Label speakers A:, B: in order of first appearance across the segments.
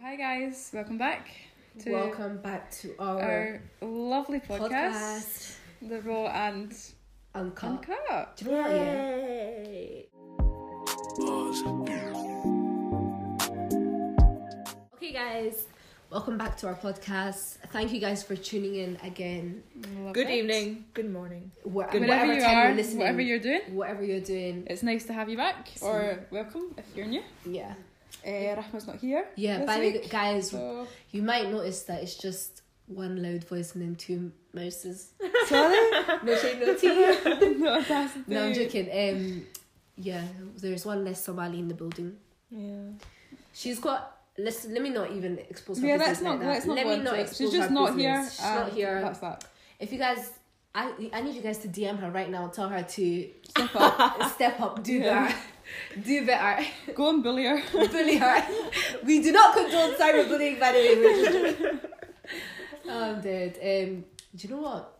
A: Hi guys, welcome back to
B: Welcome back to our,
A: our lovely podcast,
B: podcast.
A: The Raw and
B: Uncut.
A: Uncut.
B: Do you know what, yeah? Okay, guys. Welcome back to our podcast. Thank you guys for tuning in again.
A: Love
C: Good
A: it.
C: evening. Good morning.
B: Wha-
C: Good
A: Whatever,
B: whatever
A: you
B: time
A: are,
B: you're listening,
A: whatever you're doing,
B: whatever you're doing.
A: it's nice to have you back
B: It's Eh,
A: or welcome if you're new.
B: Yeah.
A: Uh, Rahma's not here.
B: Yeah,
A: this
B: by the
A: week,
B: guys,
A: so
B: you might notice that it's just one loud voice and then two mouses.
A: sorry.
B: No shade, no tea.
A: no, that's
B: no, I'm joking. Um, yeah, there's one less Somali in the building.
C: Yeah.
B: She's got. Let's let me not even expose her
A: Yeah,
B: business
A: that's not.
B: like that.
A: Let's not
B: let
A: go
B: me
A: into
B: not
A: it.
B: expose
A: She's just
B: her
A: not here.
B: business. She's not
A: and
B: here.
A: That's that.
B: If you guys, I I need you guys to DM her right now. Tell her to
A: Step up.
B: step up, do
A: Yeah.
B: better, do better,
A: go and bully her.
B: bully her. We do not condone cyberbullying, by the way. we're just- I'm dead. Um, do you know what?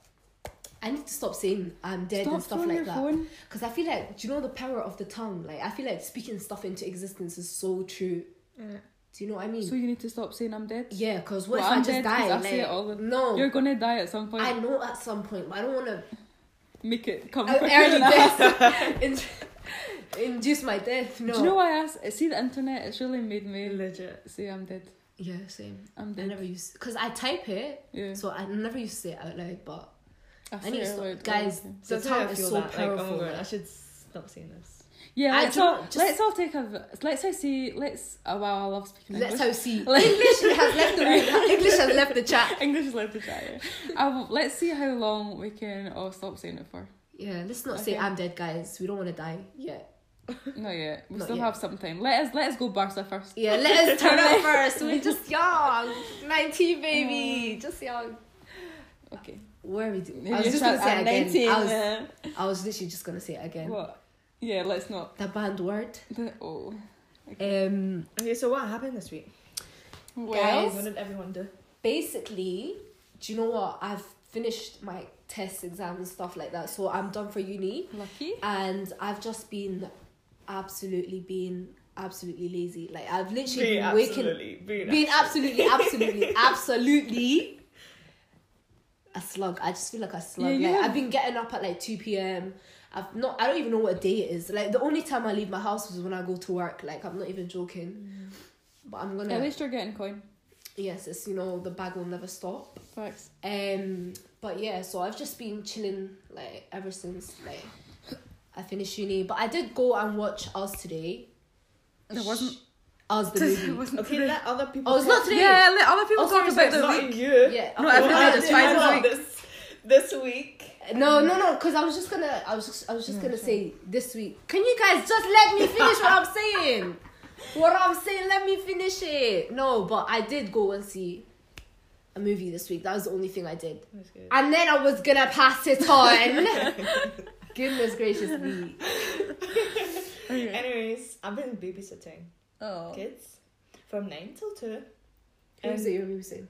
B: I need to stop saying I'm dead
A: Stop
B: and stuff
A: throwing
B: like
A: your
B: that.
A: phone.
B: Because I feel like, do you know the power of the tongue? Like, I feel like speaking stuff into existence is so true. Do you know what I mean?
A: So you need to stop saying I'm dead.
B: yeah, because what
A: Well,
B: if
A: I'm
B: I just
A: dead 'cause
B: die?
A: I say it
B: Like,
A: all the-
B: no.
A: You're gonna die at some point.
B: I know at some point, but I don't want to
A: Make it come
B: early
A: quicker than that.
B: death in- induce my death. No.
A: Do you know why I asked? See the internet, it's really made me
C: Legit.
A: say I'm dead.
B: Yeah, same.
A: I'm
B: I
A: dead.
B: never use because I type it,
A: yeah.
B: so I never used to say it out loud. But I
A: say
B: need to
A: it
B: stop-
A: aloud all
B: guys,
A: the time.
B: The
C: That's how
B: tongue
C: I
B: is
C: feel
B: so
C: that. Like, oh
B: powerful,
C: my god,
B: like-
C: I should stop saying this.
A: Yeah,
B: I
A: let's
B: don't-
A: all,
B: just-
A: let's all take a let's all see let's oh wow I love speaking
B: let's
A: English.
B: how see.
A: Like-
B: English has left the room. English has left the chat.
A: English is like the chat. yeah. Um, let's see how long we can all stop saying it for.
B: Yeah, let's not say
A: Okay.
B: I'm dead, guys. We don't want to die yet.
A: Not yet. We
B: Not
A: still
B: yet.
A: have some time. Let us let us go Barca first.
B: Yeah, let us turn up first. We're just young, nineteen, baby, just young.
A: Okay.
B: Where are we doing?
A: Maybe
B: I was
A: you
B: just
A: shout
B: gonna say
A: at
B: it again.
A: 19,
B: I was,
A: yeah.
B: I was literally just gonna say it again.
A: What? Yeah, let's not.
B: The banned word.
A: The, oh.
B: Um,
C: Okay, so what happened this week?
A: Well.
B: Guys.
C: What did everyone do?
B: basically, do you know what? I've finished my test exams and stuff like that, so I'm done for uni,
A: Lucky.
B: and I've just been absolutely been absolutely lazy. Like I've literally
C: Being
B: been waking,
C: absolutely. Being
B: been absolutely, absolutely, absolutely a slug. I just feel like a slug.
A: Yeah, you
B: Like
A: have-
B: I've been getting up at like two p.m. I've not. I don't even know what day it is. Like the only time I leave my house is when I go to work. Like I'm not even joking.
A: Mm.
B: But I'm gonna.
A: At least you're getting coin.
B: yes, it's you know the bag will never stop.
A: Facts.
B: Um, but yeah, so I've just been chilling like ever since like I finished uni. But I did go and watch Us today.
A: It wasn't-
B: Sh- Us the movie.
A: Wasn't
C: Okay,
A: today.
C: let other people.
B: Oh, it's not today.
A: Yeah, let other people
B: Oh,
A: talk
B: sorry,
A: about the
C: not
A: week.
C: you.
A: No,
B: Yeah. okay.
A: I've
C: Well,
A: never
C: I
A: just
C: did
A: find
C: not
A: something.
C: this this week.
B: No, no, no. Because I was just gonna, I was, just, I was just gonna say this week. Can you guys just let me finish what I'm saying? What I'm saying, let me finish it. No, but I did go and see a movie this week. That was the only thing I did. And then I was gonna pass it on. Goodness gracious me.
C: Mm-hmm.
A: Okay.
C: Anyways, I've been babysitting
A: Oh.
C: kids from nine till two.
B: Who
C: And
B: is it you're babysitting?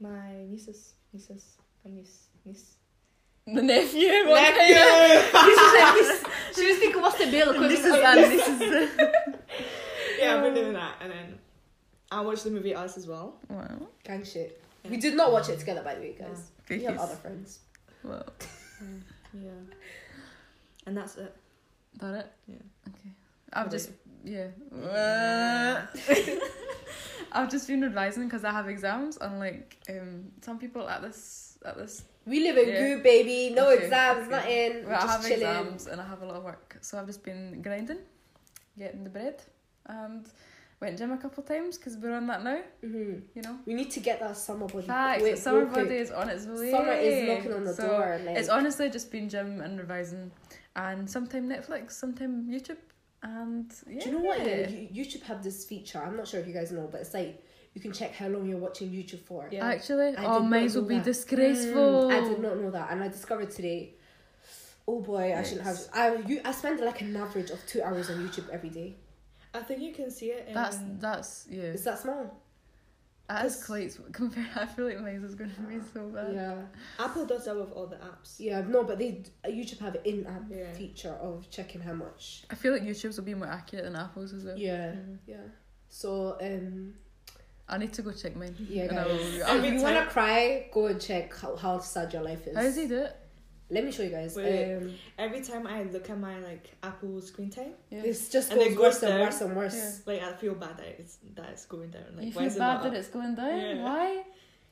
C: my nieces, nieces, and niece, niece.
A: The nephew.
C: Nephew!
B: This is like this. She was thinking, what's the bill? Um, This is um, this is.
C: yeah, I've been doing that, and then I watched the movie Us as well.
A: Wow.
B: Gang shit. We did not watch it together, by the way, guys. We have
A: Cookies.
B: other friends.
A: Wow.
C: Yeah. And that's it.
A: That it?
C: Yeah.
A: Okay. I've
C: What
A: just yeah.
C: Yeah.
A: I've just been advising because I have exams and like um some people at this at this
B: We live in
A: Yeah.
B: group, baby. No
A: Okay,
B: exams,
A: okay.
B: nothing. We're
A: well, I have
B: just chilling.
A: exams and I have a lot of work, so I've just been grinding, getting the bread, and went gym a couple times because we're on that now.
B: hmm
A: You know.
B: We need to get that summer body.
A: Facts.
B: Wait,
A: summer
B: real quick.
A: body is on its way.
B: Summer is knocking on the
A: So,
B: door. Like,
A: It's honestly just been gym and revising, and sometime Netflix, sometime YouTube, and yeah.
B: Do you know what? Yeah, you- YouTube have this feature. I'm not sure if you guys know, but it's like you can check how long you're watching YouTube for.
C: Yeah.
A: Actually,
B: I
A: oh,
B: did not
A: mine's will
B: know
A: be
B: that. Mm.
A: disgraceful.
B: I did not know that, and I discovered today. Oh boy, I shouldn't have. I you, I spend like an average of two hours on YouTube every day.
C: I think you can see it in
A: That's
B: Mm.
A: that's yeah.
B: Is that small?
A: That is quite compared. I feel like mine's is gonna be so bad.
B: Yeah,
C: Apple does that with all the apps.
B: yeah. No, but they YouTube have an in-app
C: Yeah.
B: feature of checking how much.
C: Mm-hmm.
A: I feel like YouTube's will be more accurate than Apple's as well.
B: Yeah, yeah. So um,
A: I need to go check mine.
B: Yeah,
A: And I will-
B: guys.
A: I'll-
C: Every
B: If you want to
C: time-
B: cry, go and check how, how sad your life is.
A: How does he do it?
B: Let me show you guys.
C: Wait.
B: Um,
C: Every time I look at my like Apple screen time,
A: Yeah.
B: it's just
C: And
B: goes
C: it
B: worse
C: goes
B: and
C: down.
B: worse and worse.
C: like I feel bad that it's that it's going down. Like
A: you
C: why
A: feel
C: is it
A: bad
C: not
A: that
C: up?
A: it's going down.
C: Yeah.
A: Why?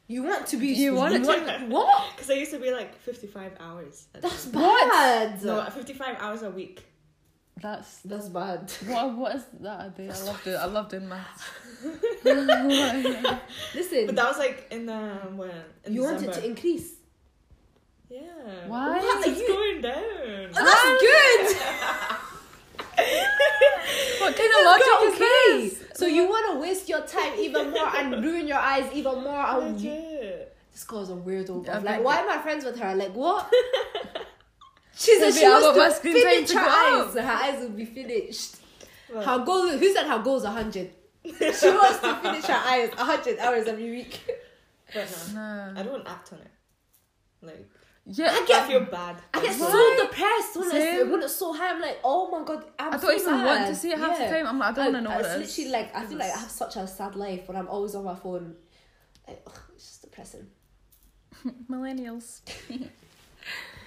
B: You want to be.
A: You want it
C: to-
B: What?
C: Because I used to be like 55 hours. at
B: That's
C: the-
B: bad.
C: no, 55 hours a week.
A: That's
B: That's bad.
A: what. What is that? I do? I love doing. I love doing maths.
C: But
B: Listen,
C: that was like in the when in
B: you want
C: December.
B: it to increase.
C: yeah.
A: Why?
B: What?
C: It's
B: You-
C: going down.
B: Oh, that's good.
A: What kind
B: This
A: of
B: is
A: logic
B: good,
A: is this?
B: So you want to waste your time even more and ruin your eyes even more. I'm-
C: Legit.
B: this girl's a weirdo.
A: Yeah,
B: bruv. like,
A: but-
B: why am I friends with her? Like, what? She said
A: Maybe
B: she
A: I
B: wants
A: want my
B: to
A: screen
B: finish her
A: time to go
B: eyes. Her eyes will be finished.
C: Well,
B: Her goal. Who said her goal's hundred? she wants to finish her eyes hundred hours every week.
C: but no,
A: Nah.
C: I don't act on it. Like
A: Yeah,
B: I
C: I
B: get.
C: feel bad.
B: I get
C: Like,
B: so depressed when I
A: Same.
B: when it's so high. I'm like, oh my god, I'm
A: I
B: so
A: don't even want to
B: sad.
A: see it half
B: Yeah.
A: the time. I'm like, I don't want to know
B: I,
A: what
B: it's
A: it is.
B: literally like I feel like I have such a sad life when I'm always on my phone. Like ugh, it's just depressing.
A: Millennials.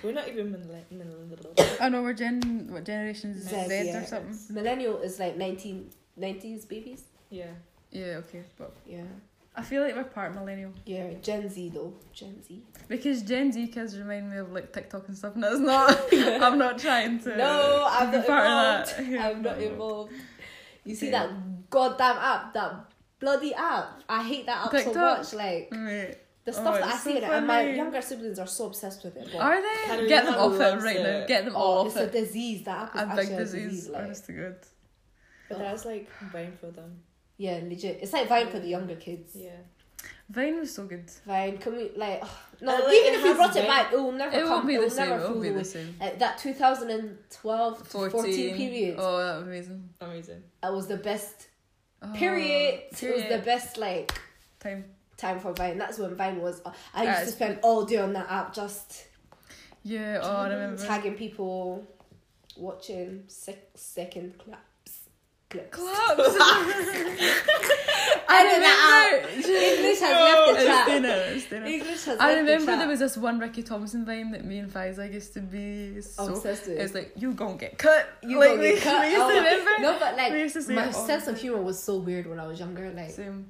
C: We're not even millenn- millennial.
A: I know Oh, we're gen what generation Z,
B: Zed, yeah.
A: or something.
B: Millennial is like 19, 90s babies.
C: yeah.
A: Yeah, okay. But
B: Yeah,
A: I feel like we're part millennial
B: yeah. Gen Z though, Gen Z.
A: because Gen Z kids remind me of like TikTok and stuff, and that's not. I'm not trying to.
B: No, I'm
A: be
B: not
A: part
B: involved.
A: of that. Yeah,
B: I'm not involved. You see
A: Yeah.
B: that goddamn app, that bloody app. I hate that app so
A: TikTok?
B: much. Like
A: Right.
B: the
A: Oh,
B: stuff that I
A: it's so
B: see in it, and my
A: funny.
B: younger siblings are so obsessed with it. but-
A: Are
C: Katarina
A: they? Get them off it
C: loves
A: right now.
C: it.
A: Get them all
B: Oh,
A: off
B: it's a
A: it.
B: disease. That app is
A: A
B: actually
A: big
B: a
A: disease. Oh,
B: disease. Like,
A: Honest to God.
C: But that's like Vine for them.
B: yeah, legit. It's like Vine for the younger kids.
C: Yeah.
A: Vine was so good.
B: Vine, can we like? ugh, no,
C: And, like,
B: even
C: it
B: if we
C: has
B: brought it
C: been-
B: back, it will never
A: It
B: come.
A: won't be
B: it
A: the
B: will
A: same.
B: never
A: It
B: fool
A: won't be
B: the
A: the
B: way-
A: same.
B: Uh, that 2012 to 14, period.
A: Oh, that was amazing.
C: Amazing.
B: That was the best
A: Oh,
B: period. It was
A: period.
B: the best like
A: time.
B: time for Vine. That's when Vine was. uh, I used
A: Guys.
B: to spend all day on that app, just
A: Yeah. Oh, I remember.
B: tagging people, watching sec- second claps, clips.
A: Clubs.
B: Edit that out. English has left the
A: It's
B: chat.
A: dinner. It's dinner.
B: English has
A: I
B: left the
A: remember
B: chat.
A: there was this one Ricky Thompson vine that me and Faisal used to be so
B: Obsessed with.
A: It's like you gonna get cut.
B: You
A: like,
B: got
A: we,
B: me cut.
A: We used
B: Oh
A: to
B: my-
A: remember.
B: No, but like
A: we used to see
B: my
A: it all
B: sense
A: the
B: of humor was so weird when I was younger. Like
A: Same.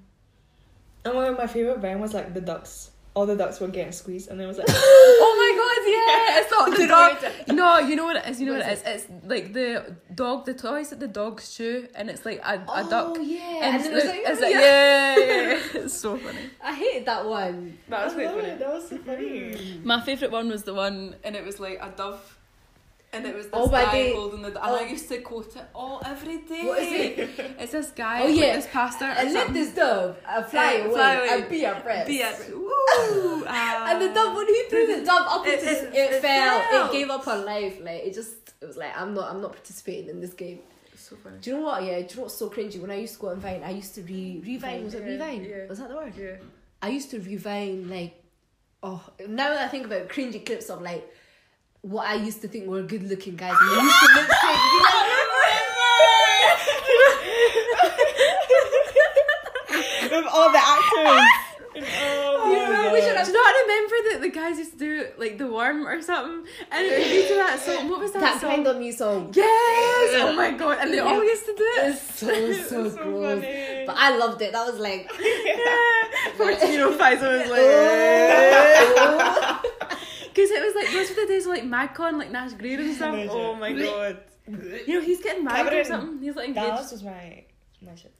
C: And one of my favorite Vine was like the ducks. All the ducks were getting squeezed, and it was like
A: Oh my god! Yeah, it's not the dog. No, you know what it is. You know what,
B: What
A: it is. It's like the dog. The toys that the dogs chew, and it's like a, a
B: oh
A: duck.
B: yeah,
A: And,
B: and,
A: it's,
B: then it
A: like,
B: was like,
A: it's
B: yeah.
A: like yeah, yeah, yeah. it's so funny.
B: I hated that one.
A: That was
C: I
A: quite
C: love
A: funny.
C: it. That was so funny.
A: My favorite one was the one, and it was like a dove, and it was this
B: Oh, by
A: guy
B: the-
A: holding the. And
B: oh.
A: I used to quote it all every day.
B: What is it?
A: It's this guy.
B: Oh,
A: with
B: yeah.
A: this pastor.
B: I
A: or
B: let
A: something.
B: this dove uh, fly,
A: Yeah,
B: away,
A: fly away.
B: and be a friend.
A: Be a- Woo! Ah.
B: and the dove, when he threw the dove up,
A: It-
B: it, just,
A: it-
B: it,
A: it
B: fell.
A: fell.
B: It gave up on life. Like it just, it was like I'm not, I'm not participating in this game.
A: So funny.
B: Do you know what? Yeah, do you know what's so cringy? When I used to go on Vine, I used to re revine. Was it
A: Yeah,
B: revine?
A: yeah.
B: Was that the word?
A: Yeah.
B: I used to revine like, oh, now that I think about it, cringy clips of like what I used to think were good looking guys. and they used to lip sync. You
C: With all the actors. oh,
A: You
C: my
A: remember,
C: God.
A: we should have- do you know what I remember that the guys used to do like the worm or something, and it would be to that song. What was that,
B: know, that
A: song?
B: kind of me song.
A: yes! Oh my god! And they
B: Yeah.
A: all used to do it.
B: It's so so,
C: so
B: gross.
C: funny.
B: But I loved it. That was like,
A: Fourteen-year-old Faisal was like,
B: oh.
A: because it was like those were the days of, like MagCon, like Nash Greer and stuff.
C: Imagine.
A: Oh my god! You know he's getting married
C: Cameron
A: or something. He's like engaged.
C: Dallas was my my shit.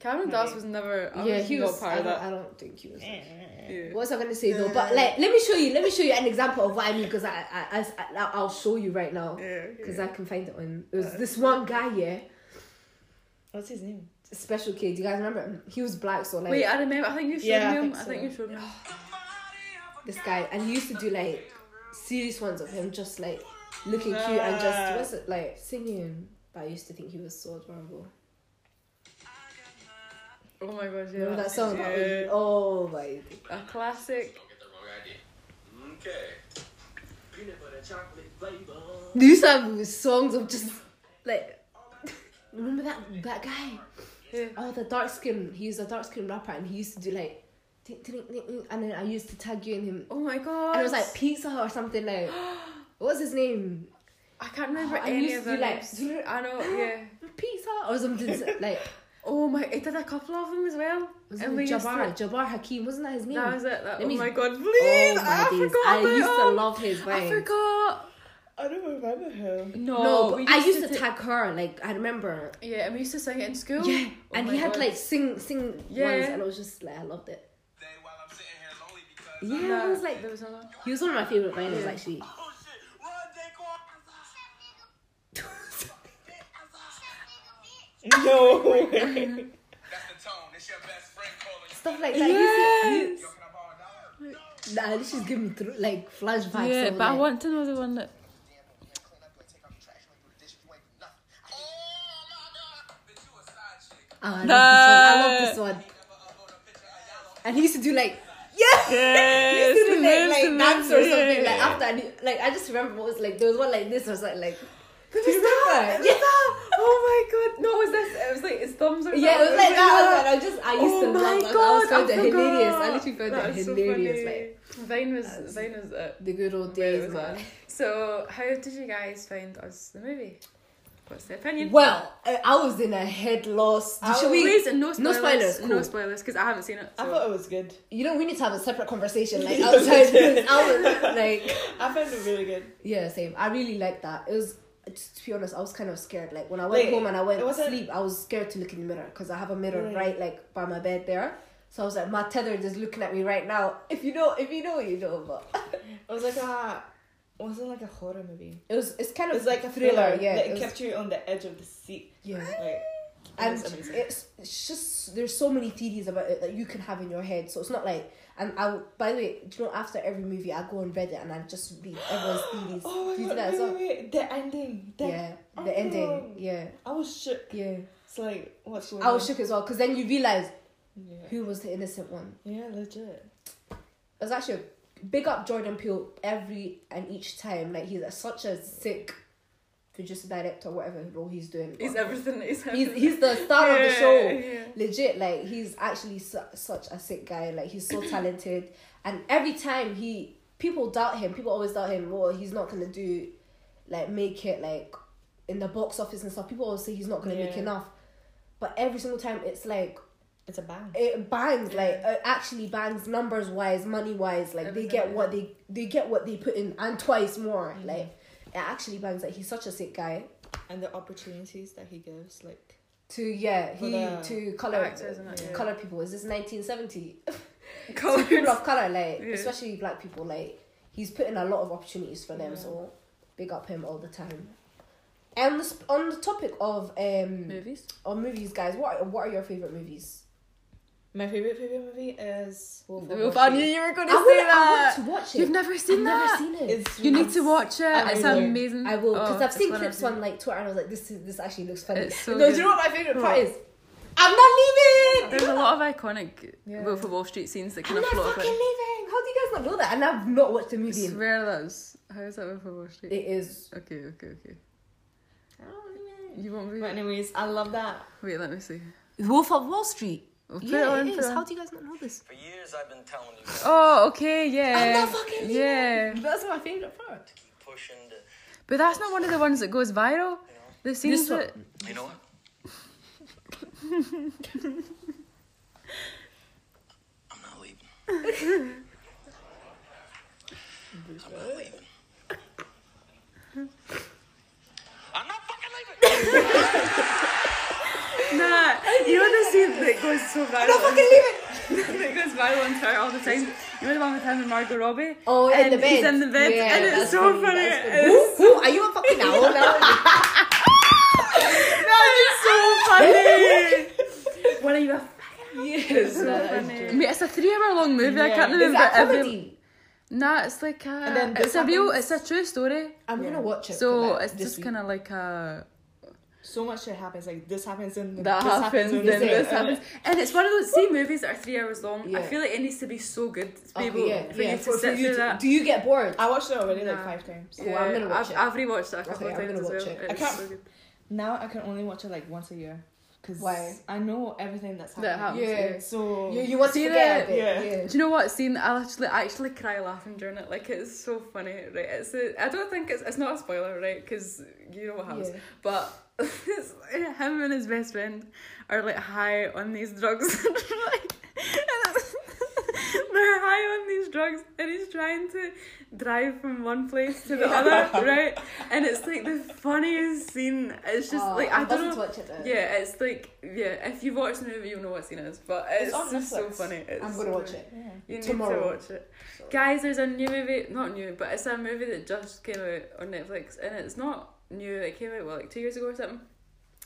A: Cameron Dallas was never. I
B: yeah,
A: was
B: he
A: not
B: was.
A: part
B: I
A: of
B: don't,
A: that.
B: I don't think he was.
A: Yeah.
B: What was I gonna say though? But like, let me show you. Let me show you an example of what I mean because I, I, I, I, I'll show you right now
A: Yeah,
B: because I can find it on. It was this one guy, yeah,
C: What's his name?
B: special kid. Do you guys remember him? He was black, so like
A: Wait, I remember. I think you showed
C: Yeah, I
A: me him.
C: think
A: I think
C: so.
A: you showed me. him.
B: this guy, and he used to do like serious ones of him just like looking cute and just what's it like singing. But I used to think he was so adorable.
A: Oh my gosh! Yeah,
B: Remember that song about
A: yeah.
B: me? Oh my.
A: a classic.
D: Don't get the wrong idea. Okay. Peanut butter chocolate flavor.
B: These are songs of just like remember that that guy.
C: Yeah.
B: oh the dark skin he's a dark skin rapper and he used to do like ting, ting, ting, ting, and then I used to tag you in him
A: Oh my god.
B: and it was like pizza Hut or something like what was his name
A: I can't remember
B: I
A: any
B: used
A: of
B: to
A: them.
B: be like-
A: I know, yeah.
B: pizza Hut or something like
A: Oh my, it did a couple of them as well.
B: was
A: And we
B: it
A: used
B: Jabbar Jabbar Hakim wasn't that his name
A: That was it. That,
B: Let
A: oh
B: me-
A: my god, please!
B: oh
A: I
B: my days
A: forgot.
B: I
A: about
B: used to
A: him.
B: love his
A: I
B: vibes
A: forgot.
C: I don't remember him.
A: No,
B: no but
A: we
B: I used to,
A: ta-
B: tag her like I remember
A: Yeah, and we used to sing it in school.
B: yeah
A: Oh
B: and
A: my
B: he had
A: God.
B: like sing sing
A: Yeah.
B: ones and I was just like I loved it
D: Day while I'm sitting here lonely because
B: yeah
A: No,
B: I was like
A: there was another.
B: he was one of my favorite minors actually
D: Oh shit, run, Daquan!
C: No way.
D: That's the tone. It's your best friend calling you.
B: stuff like that. Yes.
D: Yo, can I borrow a dollar? No.
B: Nah, this is giving me through, like flashbacks.
A: Yeah,
B: of,
A: but I
B: like-
A: want to know the one that.
D: Damn, over here, clean up, you ain't take out your trash, you ain't do the dishes, you ain't do nothing. Oh my god! Bitch, you a side chick.
B: Ah, I, love this one. I love this one.
D: Never upload a picture of y'all on
B: And he used to do like yeah, he used to do like,
A: Yes,
B: like dance or something.
A: yeah.
B: Like after, and he, like I just remember what was like there was one like this. I was like, like
A: It
B: Do you
A: that.
B: remember?
A: It was that. Oh my god! No, it was this? It was like his thumbs. Or
B: yeah, it was like that. I was like, I just I used
A: oh
B: to
A: my
B: love that. I
A: god!
B: was found
A: I
B: it hilarious. I
A: forgot.
B: literally found it
A: That's so
B: hilarious.
A: funny.
B: like
A: Vine was
B: That's-
A: Vine was it.
B: the good old
A: Where it
B: days,
A: was
B: man.
A: So, how did you guys find us the movie? What's the opinion?
B: Well, I, I was in a head loss. Should we?
A: Please, no spoilers.
B: no spoilers,
A: No
B: cool.
A: spoilers, because I haven't seen it.
C: I
A: so-
C: thought it was good.
B: You know, we need to have a separate conversation. Like outside, because I was like.
C: I found it really good.
B: Yeah, same. I really liked that. It was just to be honest, I was kind of scared. Like when I went
C: Like,
B: home and I went
C: it
B: to
C: wasn't-
B: sleep, I was scared to look in the mirror because I have a mirror
C: Right.
B: right. like by my bed there. So I was like, my tethered is looking at me right now. If you know, if you know, you know. But
C: It was like a. Was it like a horror movie?
B: it was, it's kind
C: It
B: of
C: was like a thriller.
B: Yeah,
C: Like, it
B: it was-
C: kept you on the edge of the seat.
B: yeah.
C: Like,
B: and
C: was amazing.
B: it's, it's just there's so many theories about it that you can have in your head so it's not like and I by the way do you know after every movie I go on Reddit and I just read everyone's theories
C: oh
B: do you
C: my
B: do
C: god!
B: that as
C: Wait, wait,
B: well
C: wait. The ending. The,
B: yeah
C: I
B: the ending
C: know.
B: yeah
C: I was shook.
B: yeah
C: It's like what's going
B: I was
C: on?
B: shook as well because then you realize
C: Yeah.
B: who was the innocent one.
C: yeah, legit.
B: It was actually a big up Jordan Peele every and each time. Like he's a, such a sick producer director, whatever role he's doing.
A: He's
B: But
A: everything. He's
B: he's,
A: everything.
B: he's the star of the show.
A: Yeah.
B: Legit, like he's actually su- such a sick guy. Like he's so talented, and every time he people doubt him. People always doubt him. Well, he's not gonna do, like make it like in the box office and stuff. People always say he's not gonna make
C: Yeah.
B: enough, but every single time it's like
C: It's a bang.
B: it bangs like it actually bangs numbers wise money wise like they
A: Everything, Mm-hmm.
B: get what
A: yeah.
B: they they get what they put in and twice more like it actually bangs like he's such a sick guy
C: And the opportunities that he gives, like
B: to yeah
C: For
B: he
C: the
B: to color
A: actors and that, yeah.
B: color people is this 1970
A: Colours.
B: people of color like
A: Yeah.
B: especially black people like he's putting a lot of opportunities for them
C: Yeah.
B: so big up him all the time and the sp- on the topic of um
A: Movies.
B: on movies guys what are, what are your favorite movies
C: my favorite favorite movie is Wolf of
A: We'll
C: Wall
A: find
C: Street.
A: you were going
B: I
A: to say
B: want, I
A: that.
B: want to watch it
A: You've never seen
B: I've
A: that.
B: never seen it
C: It's
A: You need
C: it's-
A: to watch it.
C: I
A: it's
C: will.
A: amazing.
B: I will because
A: Oh,
B: I've seen
A: it's
B: clips
A: one
B: on
A: of
B: like Twitter and I was like, this is this actually looks funny.
A: It's so
B: no, do
A: good.
B: you know what my favorite part
A: What?
B: is? I'm not
A: the-
B: leaving.
A: There's a lot of iconic
C: Yeah.
A: Wolf of Wall Street scenes that
B: I'm
A: kind of
B: not
A: float
B: fucking
A: about.
B: leaving. How do you guys not know that? And I've not watched the movie. in-
A: Swear those. How is that Wolf of Wall Street?
B: It is.
A: Okay, okay, okay.
C: I don't really know.
A: You won't be.
C: But anyways, I love that.
A: Wait, let me see.
B: Wolf of Wall Street.
A: We'll put it
B: Yeah,
A: on,
B: it
A: put
B: is.
A: it on.
B: How do you guys not know this?
D: For years I've been telling you guys
A: Oh, okay, yeah.
B: I'm not fucking leaving.
A: Yeah.
B: That's my favorite part.
D: to keep pushing the,
A: But that's not one of the ones that goes viral.
D: you know.
A: The scenes
B: one.
A: that.
D: You know what? I'm not leaving. I'm not leaving. I'm not fucking leaving.
A: Nah, you know the scene that goes so viral. No fucking leave it. that goes viral on Twitter all the time. You know the one with him and Margot Robbie.
B: Oh, in
A: and
B: the bed.
A: He's in the bed,
B: Yeah,
A: and it's
B: that's
A: so
B: funny,
A: funny.
B: that's
A: It's
B: Who, who are you a fucking now? now?
A: so funny. what are you? a-
B: Yes.
A: So funny. I mean, it's a three-hour-long movie. I
C: Yeah.
A: can't
B: Is
A: remember
B: that a
A: every.
B: comedy?
A: Nah, it's like a.
C: then
A: it's
C: this
A: a real.
C: happens-
A: It's a true story.
B: I'm gonna watch it.
A: So
B: for that
A: it's
B: this
A: just
B: week.
A: kind of like a.
C: So much shit happens. Like this happens and
A: that
C: this
A: happens,
C: and
A: then this
C: and-
A: happens, and it's one of those see movies that are three hours long. I
B: Yeah.
A: feel like it needs to be so good to be
B: Okay,
A: able
B: Oh, yeah,
A: for
B: yeah,
A: you to
B: for- for
A: sit
B: you
A: through
B: to-
A: that.
B: Do you get bored?
C: I watched it already like
A: Nah.
C: five times.
B: Cool, I'm gonna watch
A: I've,
B: it.
A: I've rewatched it a couple
B: Okay,
A: of
B: I'm
A: times
B: gonna
A: as well.
B: watch it.
A: It's
C: I can't-
A: so good.
C: Now I can only watch it like once a year. Because
B: Why?
C: I know everything that's
A: That
C: happening.
B: happened. Yeah.
C: So
B: You, you want to
A: Oh. See
B: forget
A: that?
B: it.
C: Yeah.
A: Do you know what scene? I'll actually I actually cry laughing during it. Like it's so funny, right? It's a, I don't think it's it's not a spoiler, right? Because you know what happens.
B: Yeah.
A: But it's, him and his best friend are like high on these drugs. Like, They're high on these drugs, and he's trying to drive from one place to the other, right? And it's like the funniest scene. It's just
B: Oh,
A: like I
B: I'm
A: don't know.
B: buzzing to watch it though.
A: Yeah, it's like yeah. If you watch the movie, you'll know what scene it is. But it's,
C: It's on
A: just so
C: Netflix.
A: funny. It's
B: I'm
A: so
B: gonna watch
A: funny.
B: it.
A: You need to
B: tomorrow.
A: watch it, guys. There's a new movie, not new, but it's a movie that just came out on Netflix, and it's not new. It came out what, like two years ago or something.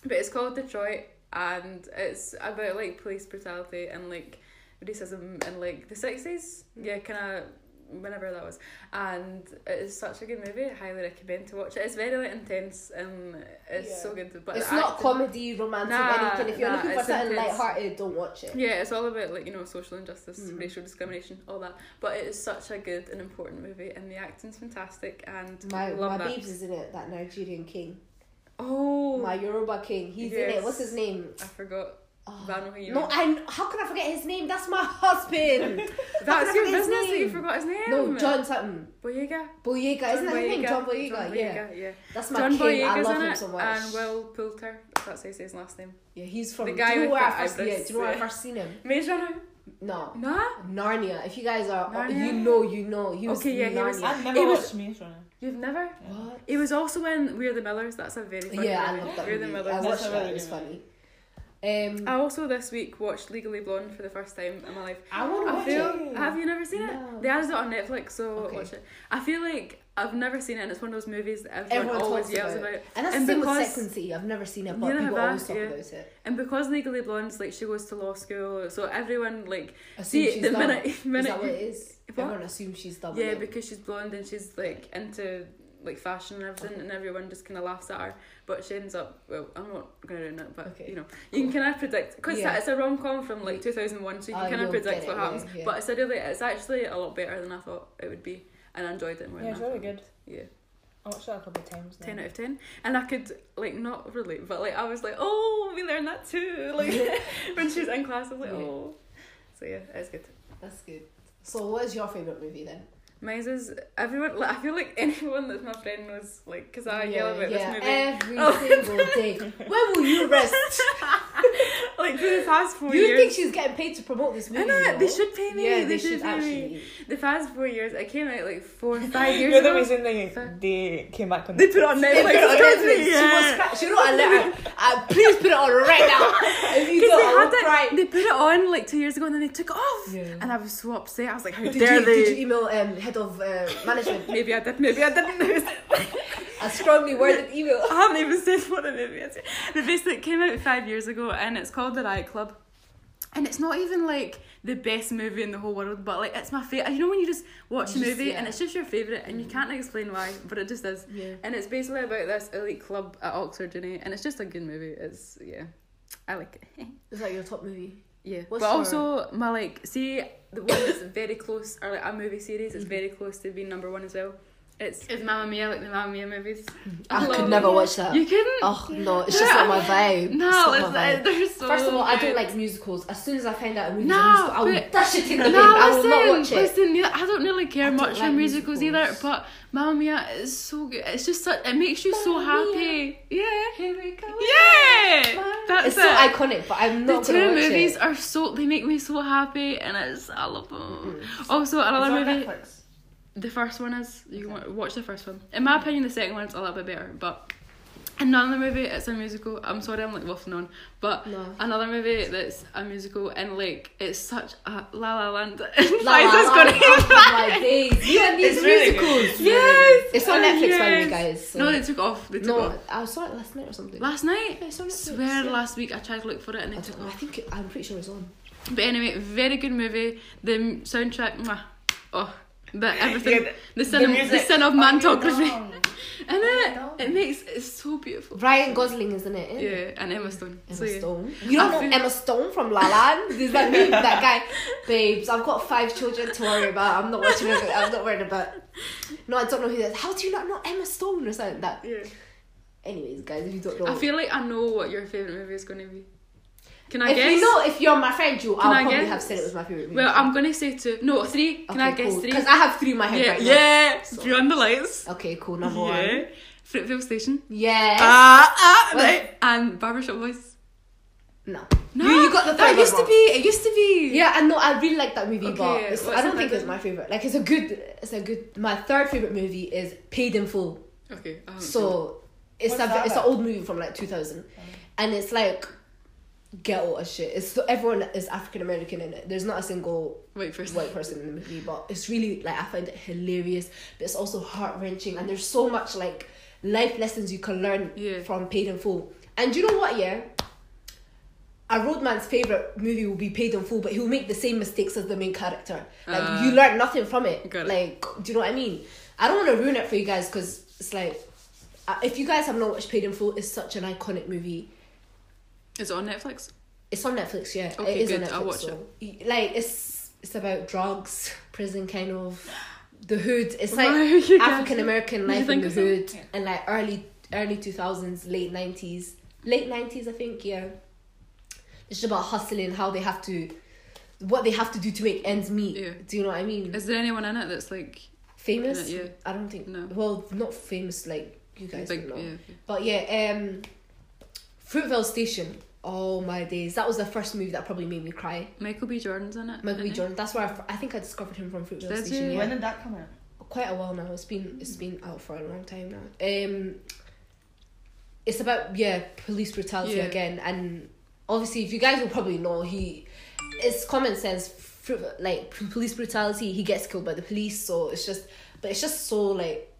A: But it's called Detroit, and it's about like police brutality and like racism in like the sixties.
B: Hmm.
A: Yeah, kind of whenever that was and it's such a good movie I highly recommend to watch it it's very like intense and it's
C: Yeah.
A: so good but
B: It's
A: the
B: not
A: acting-
B: comedy, romantic,
A: Nah,
B: anything. If you're
A: nah,
B: looking for
A: it's
B: something
A: intense.
B: light-hearted, don't watch it.
A: Yeah, it's all about like you know social injustice,
B: Mm-hmm.
A: racial discrimination, all that. But it is such a good and important movie, and the acting's fantastic, and
B: My
A: love
B: my
A: that.
B: babes is in it. That Nigerian king,
A: Oh,
B: my Yoruba king. He's in it.
A: Yes.
B: What's his name?
A: I forgot.
B: Oh.
A: Van Hoyim.
B: No, I. kn- How can I forget his name? That's my husband.
A: That's
B: I
A: your
B: forget his
A: business that you
B: name.
A: forgot his name.
B: no, John something.
A: Boyega.
B: Boyega, isn't
A: John
B: that his name?
A: Boyega.
B: John Boyega.
A: John
B: Yeah,
A: Boyega, yeah.
B: that's my
A: John
B: king. I
A: Boyega's
B: love
A: in
B: him
A: it,
B: so much.
A: and Will Poulter. If that's how you say his last name.
B: yeah, he's from.
A: the guy
B: do you
A: with
B: know where
A: the
B: I first? Yeah,
A: eyebrows,
B: do you know where I
A: yeah.
B: first seen him?
A: Maze Runner.
B: No,
A: Nah.
B: Narnia. If you guys are, oh,
A: Narnia?
B: you know, you know. He was
A: Okay, yeah,
B: in
A: he was-
B: Narnia.
A: I've
C: I've
A: never
C: never
A: It was-
C: watched Maze Runner.
A: You've never.
B: What?
A: It was also when We're the Millers. That's a very funny
B: Yeah, I
A: movie.
B: love that
A: We're
B: movie.
A: the
B: I
A: Millers.
B: watched
C: That's a
B: that.
C: really
B: It was
C: good
B: funny. Um,
A: I also this week watched Legally Blonde for the first time in my life.
C: I want to
A: I
C: watch
A: feel.
C: it.
A: Have you never seen
B: No.
A: it? They has it on Netflix, so
B: Okay.
A: watch it. I feel like I've never seen it, and it's one of those movies that everyone,
B: everyone
A: always
B: talks
A: yells
B: about,
A: about.
B: it. And that's
A: Oh, And
B: the same with
A: because-
B: Sex and the City. I've never seen it, but
A: Neither
B: people
A: have I,
B: always talk
A: yeah.
B: about it.
A: And because Legally Blonde's like she goes to law school, so everyone like
B: Assume
A: see
B: she's
A: the
B: dumb.
A: minute
B: is
A: minute
B: that what it is?
A: What?
B: Everyone assumes she's double.
A: yeah because she's blonde and she's like into like fashion and everything, and everyone just kind of laughs at her. But she ends up well, I'm not gonna ruin it, but
B: Okay.
A: you know you can kind of predict because
B: Yeah.
A: it's a rom com from like 2001, so you can
B: Oh,
A: kind of
B: you'll get
A: predict
B: it,
A: what
B: yeah,
A: happens.
B: yeah.
A: But it's a really it's actually a lot better than I thought it would be, and I enjoyed it more.
C: Yeah,
A: than
C: it's
A: I
C: really
A: thought.
C: good.
A: Yeah.
C: I watched that a couple of times. Now.
A: 10 out of 10 and I could like not relate but like I was like oh we learned that too like when she was in class I was like
B: Yeah.
A: oh so yeah it's good
B: that's good. So, what is your favorite movie then?
A: mine is everyone like, I feel like anyone that's my friend knows like because I yell about
B: yeah,
A: this movie
B: every
A: Oh.
B: single day. When will you rest?
A: like for the past four
B: you
A: years
B: think she's getting paid to promote this movie?
A: I know,
B: you know?
A: they should pay me
B: Yeah,
A: they, should, pay me
B: actually.
A: the past four years I came out like four five years
C: You're the
A: ago
C: reason they
A: Fair.
C: they came back on.
A: they put it on
B: They
A: Netflix
B: put it on
A: excuse me,
B: Netflix. She was
A: yeah
B: cry- She wrote a letter. Uh, please put it on right now. If you
A: Because
B: don't,
A: they
B: I will
A: had it,
B: cry.
A: they put it on like two years ago and then they took it off
B: Yeah.
A: and I was so upset I was like how
B: Did
A: dare
B: you,
A: they
B: did you email um, head of uh, management
A: Maybe I did, maybe I didn't.
B: a strongly worded email?
A: I haven't even said what the movie is. The basically it came out five years ago and it's called The Riot Club. And it's not even like the best movie in the whole world, but like it's my favorite. You know when you just watch a
B: Just-
A: movie and
B: yeah. Mm.
A: it's just your favorite and you can't explain why, but it just is.
B: Yeah.
A: And it's basically about this elite club at Oxford, Uni, and it's just a good movie. It's yeah, I like it.
B: Is that your top movie?
A: Yeah,
B: What's
A: but
B: your-
A: also my like see the one that's very close or like a movie series is very close to being number one as well. It's it's Mm-hmm. Mamma Mia like the Mamma Mia movies.
B: I
A: love
B: could
A: it.
B: never watch that.
A: You couldn't.
B: Oh no, it's just not my vibe.
A: no,
B: it's
A: it's,
B: not my vibe.
A: they're so.
B: First of all, I
A: good.
B: don't like musicals. As soon as I find out a movie's
A: No,
B: a musical, I will
A: but-
B: dash it in
A: No,
B: the bin. I will
A: listen,
B: not watch it.
A: listen. yeah, I don't really care
B: I don't
A: much for
B: like
A: musicals, either,
B: musicals.
A: but Mamma Mia is so good. It's just such. It makes you so
B: Mamma Mia.
A: happy. Yeah.
B: Here we go.
A: Yeah.
B: Mamma
A: That's
B: It's
A: it.
B: so iconic, but I'm
A: the
B: not
A: two
B: gonna watch
A: movies
B: it.
A: are so they make me so happy and it's I love them.
B: Mm-hmm.
A: Also another movie
C: Netflix.
A: the first one is you can wa- watch the first one. In my opinion the second one's a little bit better, but another movie it's a musical. I'm sorry I'm like waffling on. But
B: No.
A: another movie that's a musical and like it's such a La La Land and
B: La, la,
A: Faiza's
B: la,
A: gonna
B: oh my days. You and these
C: It's really good.
B: musicals.
A: Yes!
B: It's on
A: Oh,
B: Netflix, by the way,
A: yes.
B: guys. so-
A: No, they took off. They took
B: no,
A: off.
B: I saw it last night or something.
A: Last night,
B: it's on Netflix,
A: swear
B: yeah.
A: last week I tried to look for it and
B: I
A: it
B: don't
A: took
B: know. I
A: off.
B: think it- I'm pretty sure it's on.
A: But anyway, very good movie. The m- soundtrack, mwah, oh, but everything,
C: Yeah,
A: the, sin, the,
C: music.
A: sin of mantography,
C: Oh,
A: and it,
C: no.
A: it makes it's so beautiful.
B: Ryan Gosling, isn't it? Isn't it?
A: Yeah, and Emma Stone.
B: Emma
A: so, yeah.
B: Stone. You don't
A: I
B: know
A: feel-
B: Emma Stone from La Land? There's that meme, that guy, babes. I've got five children to worry about. I'm not watching. it. I'm not worried about. No, I don't know who that. How do you not know Emma Stone or something like that?
A: Yeah.
B: Anyways, guys, if you don't know,
A: I feel like I know what your favorite movie is going to be. Can I
B: if
A: guess?
B: you know, if you're my friend, you, I'll
A: I
B: probably
A: guess?
B: have said it was my favorite movie.
A: well, I'm gonna say two. No, three. Can I guess three?
B: Because I have three in my head
A: yeah,
B: right now.
A: yeah. Beyond the lights.
B: Okay, cool. Number
A: yeah.
B: one.
A: Fruitvale Station.
B: Yes.
A: Ah, ah,
B: What?
A: right. And Barbershop Boys.
B: no.
A: No,
B: you, you got the third
A: That
B: one
A: used to
B: wrong.
A: be. It used to be.
B: Yeah, I know. I really like that movie, but
A: Okay,
B: it's,
A: what's
B: I don't
A: the
B: think
A: third
B: it's
A: one?
B: my favorite. Like, it's a good. It's a good. My third favorite movie is Paid in Full.
A: Mm-hmm. Okay. I haven't seen it.
B: So it's
E: What's
B: a,
E: that
B: it's an
E: about?
B: old movie from like two thousand, and it's like ghetto as shit. It's so everyone is African American in it. There's not a single
A: wait first.
B: white person in the movie, but it's really like I find it hilarious, but it's also heart wrenching, and there's so much like life lessons you can learn
A: Yeah.
B: from Paid in Full. And you know what? Yeah, a roadman's favorite movie will be Paid in Full, but he'll make the same mistakes as the main character. Like
A: Ah.
B: you learn nothing from it.
A: Got it.
B: Like, do you know what I mean? I don't want to ruin it for you guys because it's like, uh, if you guys have not watched Paid in Full, it's such an iconic movie.
A: Is it on Netflix?
B: It's on Netflix, yeah.
A: Okay,
B: it is on
A: good.
B: Netflix.
A: I'll watch
B: so. y- Like it's it's about drugs, prison, kind of the hood. It's like
A: Why are you guys-
B: African American
A: Did you
B: life in
A: think
B: the
A: of something?
B: hood and like early early two thousands, late nineties, late nineties, I think. Yeah, it's just about hustling, how they have to, what they have to do to make ends meet.
A: Yeah.
B: Do you know what I mean?
A: Is there anyone in it that's like
B: famous?
A: yeah.
B: I don't think.
A: No.
B: Well, not famous like you guys.
A: big?
B: would know.
A: Yeah. okay.
B: But yeah, um, Fruitvale Station. Oh my days! That was the first movie that probably made me cry.
A: Michael B. Jordan's in it.
B: Michael B.
A: isn't he?
B: Jordan. That's where I, f- I think I discovered him from Fruitvale
A: Did
B: Station.
A: you?
E: When
B: Yeah,
E: did that come out?
B: quite a while now. It's been it's been out for a long time now. Um, it's about yeah police brutality
A: Yeah.
B: again, and obviously if you guys will probably know he, it's common sense. Fruit, like p- police brutality, he gets killed by the police. So it's just, but it's just so like,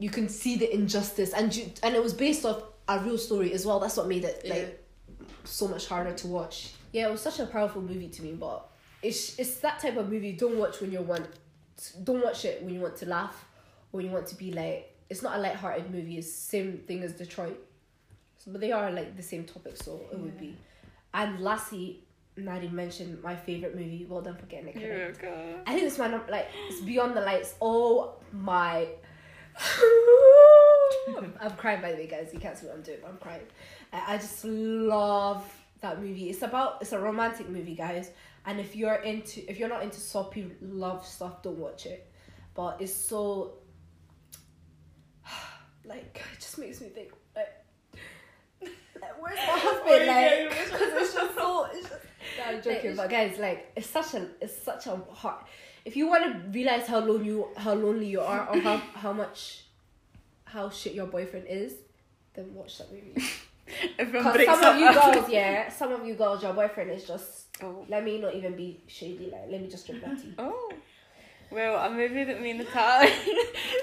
B: you can see the injustice, and you and it was based off a real story as well. That's what made it like
A: Yeah.
B: so much harder to watch. Yeah, it was such a powerful movie to me, but it's it's that type of movie you don't watch when you want don't watch it when you want to laugh or you want to be like it's not a light-hearted movie, it's same thing as Detroit. So, but they are like the same topic, so it would be. And lastly, Nadi mentioned my favorite movie. Well done for getting it correct.
A: You're okay.
B: I think it's my num- like it's beyond the lights. Oh my. I'm crying by the way, guys. You can't see what I'm doing. but I'm crying. I, I just love that movie. It's about it's a romantic movie, guys. And if you're into if you're not into soppy love stuff, don't watch it. But it's so like it just makes me think like, like, where's my husband? Like, because it's just so it's just I'm joking, but guys, like it's such a it's such a hard. If you want to realize how lonely you how lonely you are or how how much how shit your boyfriend is, then watch that movie.
A: Everyone
B: Because
A: breaks
B: some of you
A: up.
B: girls, yeah, some of you girls, your boyfriend is just
A: Oh.
B: let me not even be shady. Like let me just drink that tea.
A: Oh. Well, a movie that me and Natalia.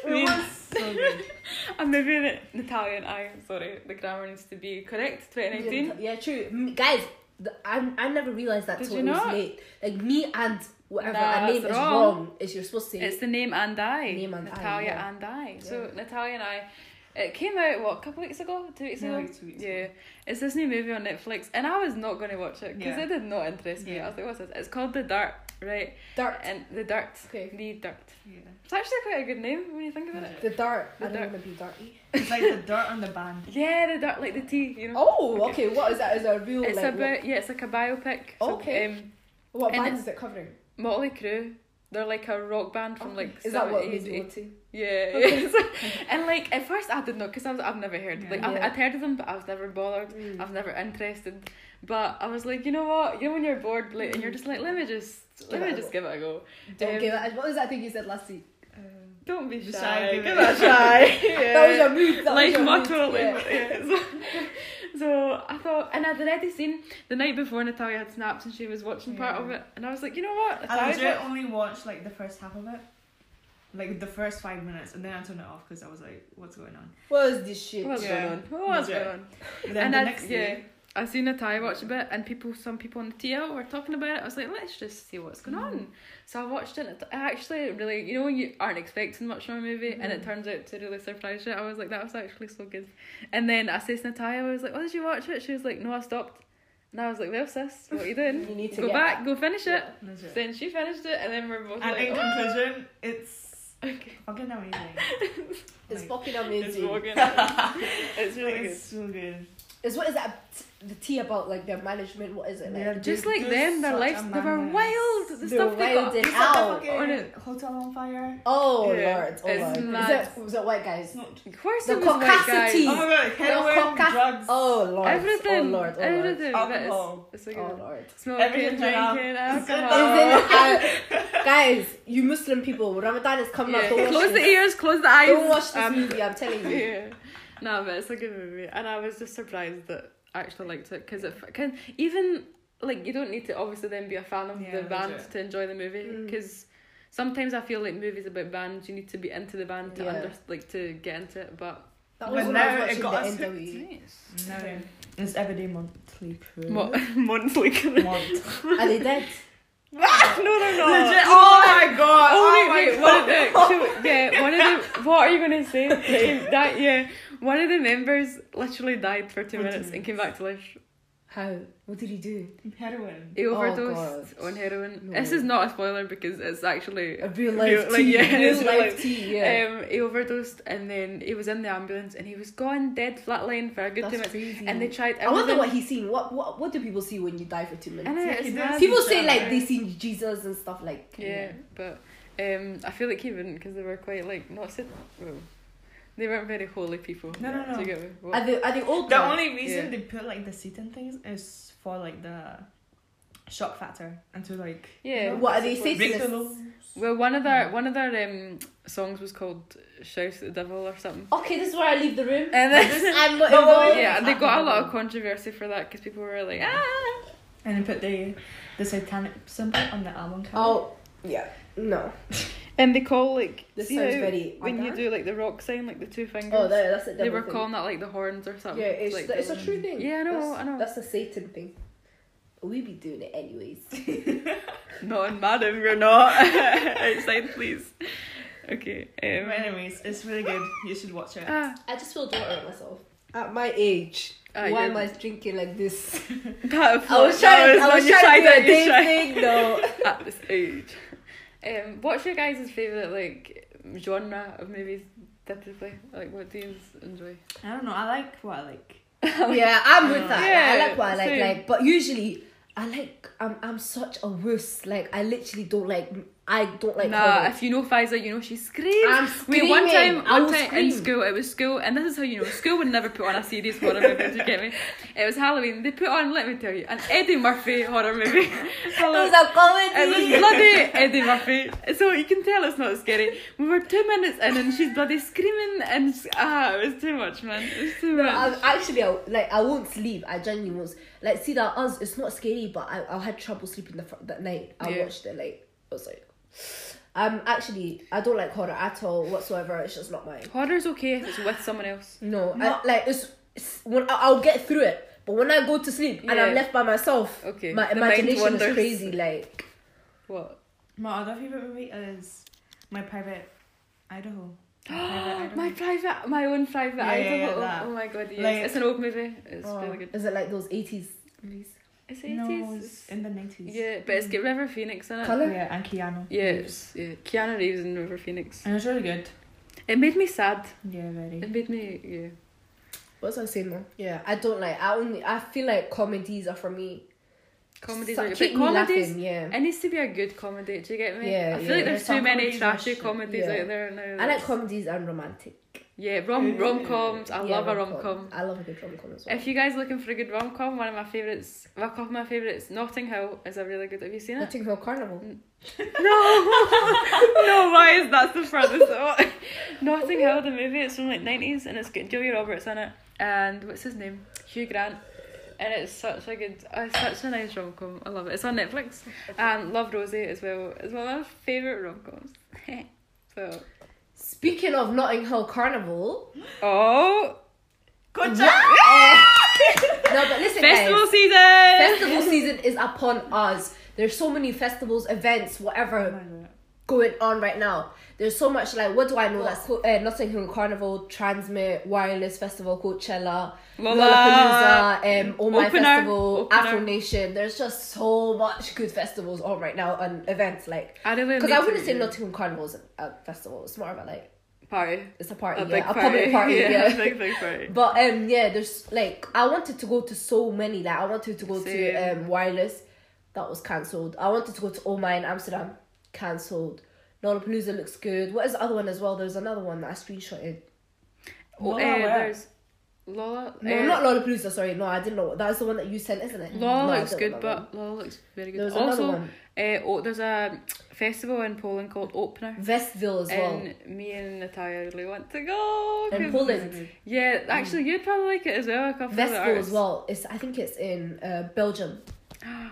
A: me and, a movie that Natalia and I, sorry, the grammar needs to be correct, 2019.
B: Yeah, true, M- guys. The, I I never realized that
A: Did
B: till
A: you
B: it was
A: not?
B: late. Like me and whatever
A: Nah,
B: I name
A: that's
B: is
A: wrong.
B: wrong. Is you're supposed to say
A: It's the name and I.
B: Name and I,
A: Natalia
B: yeah.
A: and I. So Natalia and I. It came out what a couple weeks ago, two weeks
E: Yeah,
A: ago.
E: like two weeks
A: yeah, it's this new movie on Netflix, and I was not going to watch it because
E: Yeah.
A: it did not interest me. I
E: Yeah.
A: was like, "What's this?" It's called The Dirt, right?
B: dirt.
A: And the Dirt,
B: Okay.
A: the Dirt.
E: Yeah.
A: It's actually quite a good name when you think about it.
B: The dirt.
A: The
B: I don't
A: dirt.
B: want to be dirty.
E: It's like the dirt on the band.
A: Yeah, The Dirt, like the tea, you know.
B: Oh, okay. What is that? Is that a real?
A: It's
B: like, what-
A: about yeah, it's like a biopic. So,
B: Okay.
A: um,
B: What
A: And
B: band
A: it-
B: is it covering?
A: Motley Crue. They're like a rock band from like
B: Is that what it
A: 70s,
B: was
A: 80s.
B: to?
A: Yeah, yeah. and like at first I didn't know because I was I've never heard like I've,
B: Yeah.
A: I'd heard of them but I was never bothered
B: Mm.
A: I was never interested but I was like you know what you know when you're bored like, and you're just like let me just
B: Give
A: let
B: it
A: me
B: a
A: just
B: go.
A: give it a go
B: Don't
A: Um,
B: give it. What was that thing you said last week?
E: Um,
A: don't be
E: Be
A: shy,
E: shy,
A: give
E: give
A: it
E: it
A: a
E: a
A: try yeah.
B: That was your mood. That
A: life
B: was your
A: motto
B: Mood.
A: like, yeah, so, so I thought and I'd already seen the night before Natalia had snapped and she was watching part of
E: Yeah.
A: it and I was like you know what
E: I
A: Natalia's
E: legit
A: watching-
E: only watched like the first half of it, like the first five minutes, and then I turned it off because I was like, "What's going on?"
B: What was this shit?
A: what's
E: Yeah.
A: going on what's
E: Legit.
A: going on
E: But then
A: And
E: the
A: I-
E: next day,
A: I seen a Thai watch a bit, and people, some people on the TL were talking about it. I was like, let's just see what's
E: Mm-hmm.
A: going on. So I watched it. and I actually really, you know, when you aren't expecting much from a movie, and
E: Mm-hmm.
A: it turns out to really surprise you. I was like, that was actually so good. And then I says to Natalia, I was like, oh, did you watch it? She was like, no, I stopped. And I was like, well, sis, what are you doing?
B: You need to
A: go
B: get
A: back, go finish it.
E: legit.
A: Then she finished it, and then we're both
E: and
A: like,
E: in
A: "Oh,
E: conclusion, it's
A: okay,
E: fucking amazing.
B: It's
E: Like,
B: fucking
A: it's
B: amazing.
A: working. it's really
E: Like,
A: good.
E: it's so good.
B: Is what is that t- the tea about like their management? What is it like?
E: Yeah,
A: Just
E: Dude,
A: like
E: there's
A: them, their
E: such
A: lives
E: a
A: they were
E: madness.
A: wild. The
B: They're
A: stuff they got.
B: wilding
E: It's like
B: out. Ow.
E: the fucking hotel on fire.
B: Oh
A: Yeah,
B: lord! Oh
A: it's
B: lord!
A: mad.
B: Is it, was it white guys?
A: Of course,
B: The
A: it was white
B: caucasity.
E: Oh my
A: guys.
E: god,
B: The
E: heroin,
B: coca-
E: drugs,
B: Oh lord!
A: Everything.
B: Oh lord! Oh lord!
A: everything. but it's-
E: Alcohol.
A: It's, like
B: Oh
A: a,
B: lord!
A: smoking,
E: Everything
A: drinking,
E: now.
A: alcohol.
B: Is it, uh, guys, you Muslim people, Ramadan is coming up.
A: Yeah.
B: Don't watch
A: Close the
B: this.
A: ears, close the eyes.
B: Don't watch this
A: Um,
B: movie. I'm telling you.
A: yeah. No, but it's a good movie, and I was just surprised that I actually liked it because it can even like you don't need to obviously then be a fan of
E: Yeah,
A: the band
E: legit.
A: to enjoy the movie
B: Mm.
A: because sometimes I feel like movies about bands you need to be into the band to
B: Yeah.
A: under like to get into it, but
B: That
E: But
B: was when
E: now
B: I was
E: it got us
B: watching the
E: hooked.
B: NWE.
E: No, it's everyday monthly crew.
A: Mo- monthly. no,
E: Month.
B: Are they dead?
A: no, no.
E: Legit. Oh my god.
A: Oh,
E: Oh, my
A: wait, wait,
E: god.
A: one of the two, yeah, one of the what are you gonna say? That, that yeah, one of the members literally died for two
E: For two
A: minutes and came back to life.
B: How? What did he do?
E: Heroin.
A: He
B: Oh,
A: overdosed
B: God.
A: on heroin.
B: No.
A: This is not a spoiler because it's actually
B: A real
A: Real-
B: life
A: like,
B: tea.
A: yeah, it's
B: real
A: real
B: life
A: life.
B: tea. Yeah.
A: um he overdosed and then he was in the ambulance and he was gone dead flatline for a good two
B: That's
A: minutes.
B: crazy.
A: And they tried.
B: I wonder
A: everything.
B: what he's seen. What what what do people see when you die for two
A: I know,
B: minutes?
E: Yeah,
A: it's
E: he
A: mad.
E: does.
B: People
E: That's
B: say like
E: bizarre.
B: they seen Jesus and stuff like.
A: Yeah, but um, I feel like he wouldn't because they were quite like not. Sit- well, they weren't very holy people.
E: No, no,
A: Do
E: no.
A: you get me? What-
B: Are they are they old?
E: The
B: now?
E: only reason
A: Yeah.
E: they put like the seat and things is for like the shock factor and to like
A: Yeah.
B: What, are they
E: Victor
B: Satanists?
E: Lo-
A: Well, one of
B: Mm.
A: their one of their um, songs was called "Shout at the Devil" or something.
B: Okay, this is where I leave the room.
A: And then,
B: I'm not
E: No,
B: involved.
A: yeah, and they got a lot of controversy for that because people were like, ah.
E: and they put the the satanic symbol on the album cover.
B: Oh yeah, no.
A: And they call like
B: This
A: see
B: sounds
A: how
B: very
A: when you
B: Madonna.
A: do like the rock sign, like the two fingers.
B: Oh, that, that's a
A: they
B: devil
A: were
B: thing.
A: calling that like the horns or something.
B: Yeah, it's
A: like,
B: it's a true thing.
A: Yeah, I know,
B: That's-
A: I know.
B: That's a Satan thing. We be doing it anyways.
A: not in madam, you're not outside, please. Okay.
E: But
A: Um,
E: anyways, it's really good. You should watch it.
A: ah,
B: I just feel dirty on myself. At my age,
A: Ah,
B: why
A: you're-
B: am I drinking like this?
A: that
B: I was
A: float-
B: trying.
A: no,
B: I was
A: you
B: trying to
A: tried
B: do a
A: it, you
B: day
A: tried.
B: thing. No.
A: At this age. Um, what's your guys' favorite like genre of movies? Typically, like what do you enjoy?
E: I don't know. I like what I like.
B: Oh, yeah, I'm with that. Like, I
A: Yeah,
B: like what I like.
A: same.
B: Like, but usually I like. I'm I'm such a wuss. Like, I literally don't like. I don't like.
A: nah,
B: horror.
A: if you know Pfizer, you know she screams.
B: I'm
A: Wait, one
B: screaming.
A: time,
B: I
A: one
B: will
A: time in
B: scream.
A: school, it was school, and this is how you know school would never put on a serious horror movie. Do you get me? It was Halloween. They put on, let me tell you, an Eddie Murphy horror movie.
B: It
A: Hello.
B: was a comedy.
A: It was bloody Eddie Murphy, so you can tell it's not scary. We were two minutes in, and she's bloody screaming, and s- ah, it was too much, man. It was too much.
B: I, actually, I, like I won't sleep. I genuinely won't. s- Like, see that us, it's not scary, but I, I had trouble sleeping the fir- that night. I
A: Yeah.
B: watched it. Like, I was like, um, actually, I don't like horror at all whatsoever. It's just not mine.
A: Horror's okay if it's with someone else.
B: No, I, like it's, it's when I, I'll get through it, but when I go to sleep and I'm
A: Yeah.
B: left by myself,
A: Okay,
B: my
A: the mind
B: imagination is
A: wanders.
B: crazy. Like,
A: What?
E: My other favorite movie is My Private Idaho. My Private Idaho.
A: my private, my own private
E: Yeah, yeah,
A: idol.
E: yeah, that.
A: oh, my god, yes.
E: Like-
A: it's an old movie. It's
B: oh,
A: really good.
B: is it like those eighties movies?
A: It's
E: no,
A: eighties.
E: it's in the nineties.
A: Yeah, but it's got River Phoenix in it.
B: Colour?
E: Yeah, and Keanu.
A: Yeah, it's, yeah, Keanu Reeves and River Phoenix.
E: And it's really good.
A: It made me sad.
E: Yeah, very.
A: It made me yeah.
B: What was I saying? Now? Yeah, I don't like. I only I feel like comedies are for me.
A: Comedies
B: So-
A: are good.
B: keep
A: But
B: me
A: comedies
B: laughing, yeah.
A: it needs to be a good comedy, do you get me?
B: Yeah,
A: I feel
B: yeah.
E: There's
A: like there's too
E: some
A: many
E: comedies that
A: trashy
E: shit.
A: comedies
B: Yeah.
A: out there now.
B: I like
A: that's-
B: comedies and romantic.
A: Yeah, rom rom coms. I
B: Yeah,
A: love a rom
B: rom-com.
A: com.
B: I love a good rom com as well.
A: If you guys looking for a good rom com, one of my favourites well, a couple of my favourites, Notting Hill is a really good have you seen it?
B: Notting Hill Carnival.
A: No, no, why is that the furthest? out? Notting Hill, the movie. It's from like nineties, and it's got Julia Roberts in it, and what's his name? Hugh Grant. And it's such a good, uh, it's such a nice rom com. I love it. It's on Netflix, and Love Rosie as well. It's one of my favorite rom coms. so,
B: Speaking of Notting Hill Carnival,
A: oh,
E: Good
B: eh, no, but listen, guys.
A: festival season.
B: Festival season is upon us. There's so many festivals, events, whatever going on right now. There's so much like what do I know? That's co- uh, Notting Hill Carnival, Transmit, Wireless Festival, Coachella,
A: Lola.
B: Lollapalooza, um, All My
A: Opener.
B: Festival,
A: Opener.
B: Afro Nation. There's just so much good festivals on right now and events like
A: I don't know.
B: because I wouldn't say Notting Hill Carnival is a, a festival. It's more of a like
A: party.
B: It's a party,
A: A
B: yeah,
A: big
B: a
A: party.
B: public party,
A: yeah.
B: yeah.
A: big big party.
B: But um yeah, there's like I wanted to go to so many. Like I wanted to go to
A: Same.
B: um Wireless, that was cancelled. I wanted to go to Oh Mine Amsterdam, cancelled. Lollapalooza looks good. What is the other one as well? There's another one that I screenshotted.
A: Oh,
E: Lola,
A: eh,
E: where?
A: there's Lola.
B: No,
A: eh,
B: not Lollapalooza. Sorry, no, I didn't know. That's the one that you sent, isn't it?
A: Lola
B: No, I
A: looks
B: don't
A: good,
B: know that one.
A: but Lola looks very good.
B: There was another
A: also,
B: one.
A: eh, oh, there's a festival in Poland called Opener,
B: Vestville as well.
A: and me and Natalia really want to go.
B: In
A: 'cause-
B: Poland,
A: Yeah, actually, you'd probably like it as well. A couple of the
B: Vestville as
A: artists.
B: well. It's I think it's in uh, Belgium.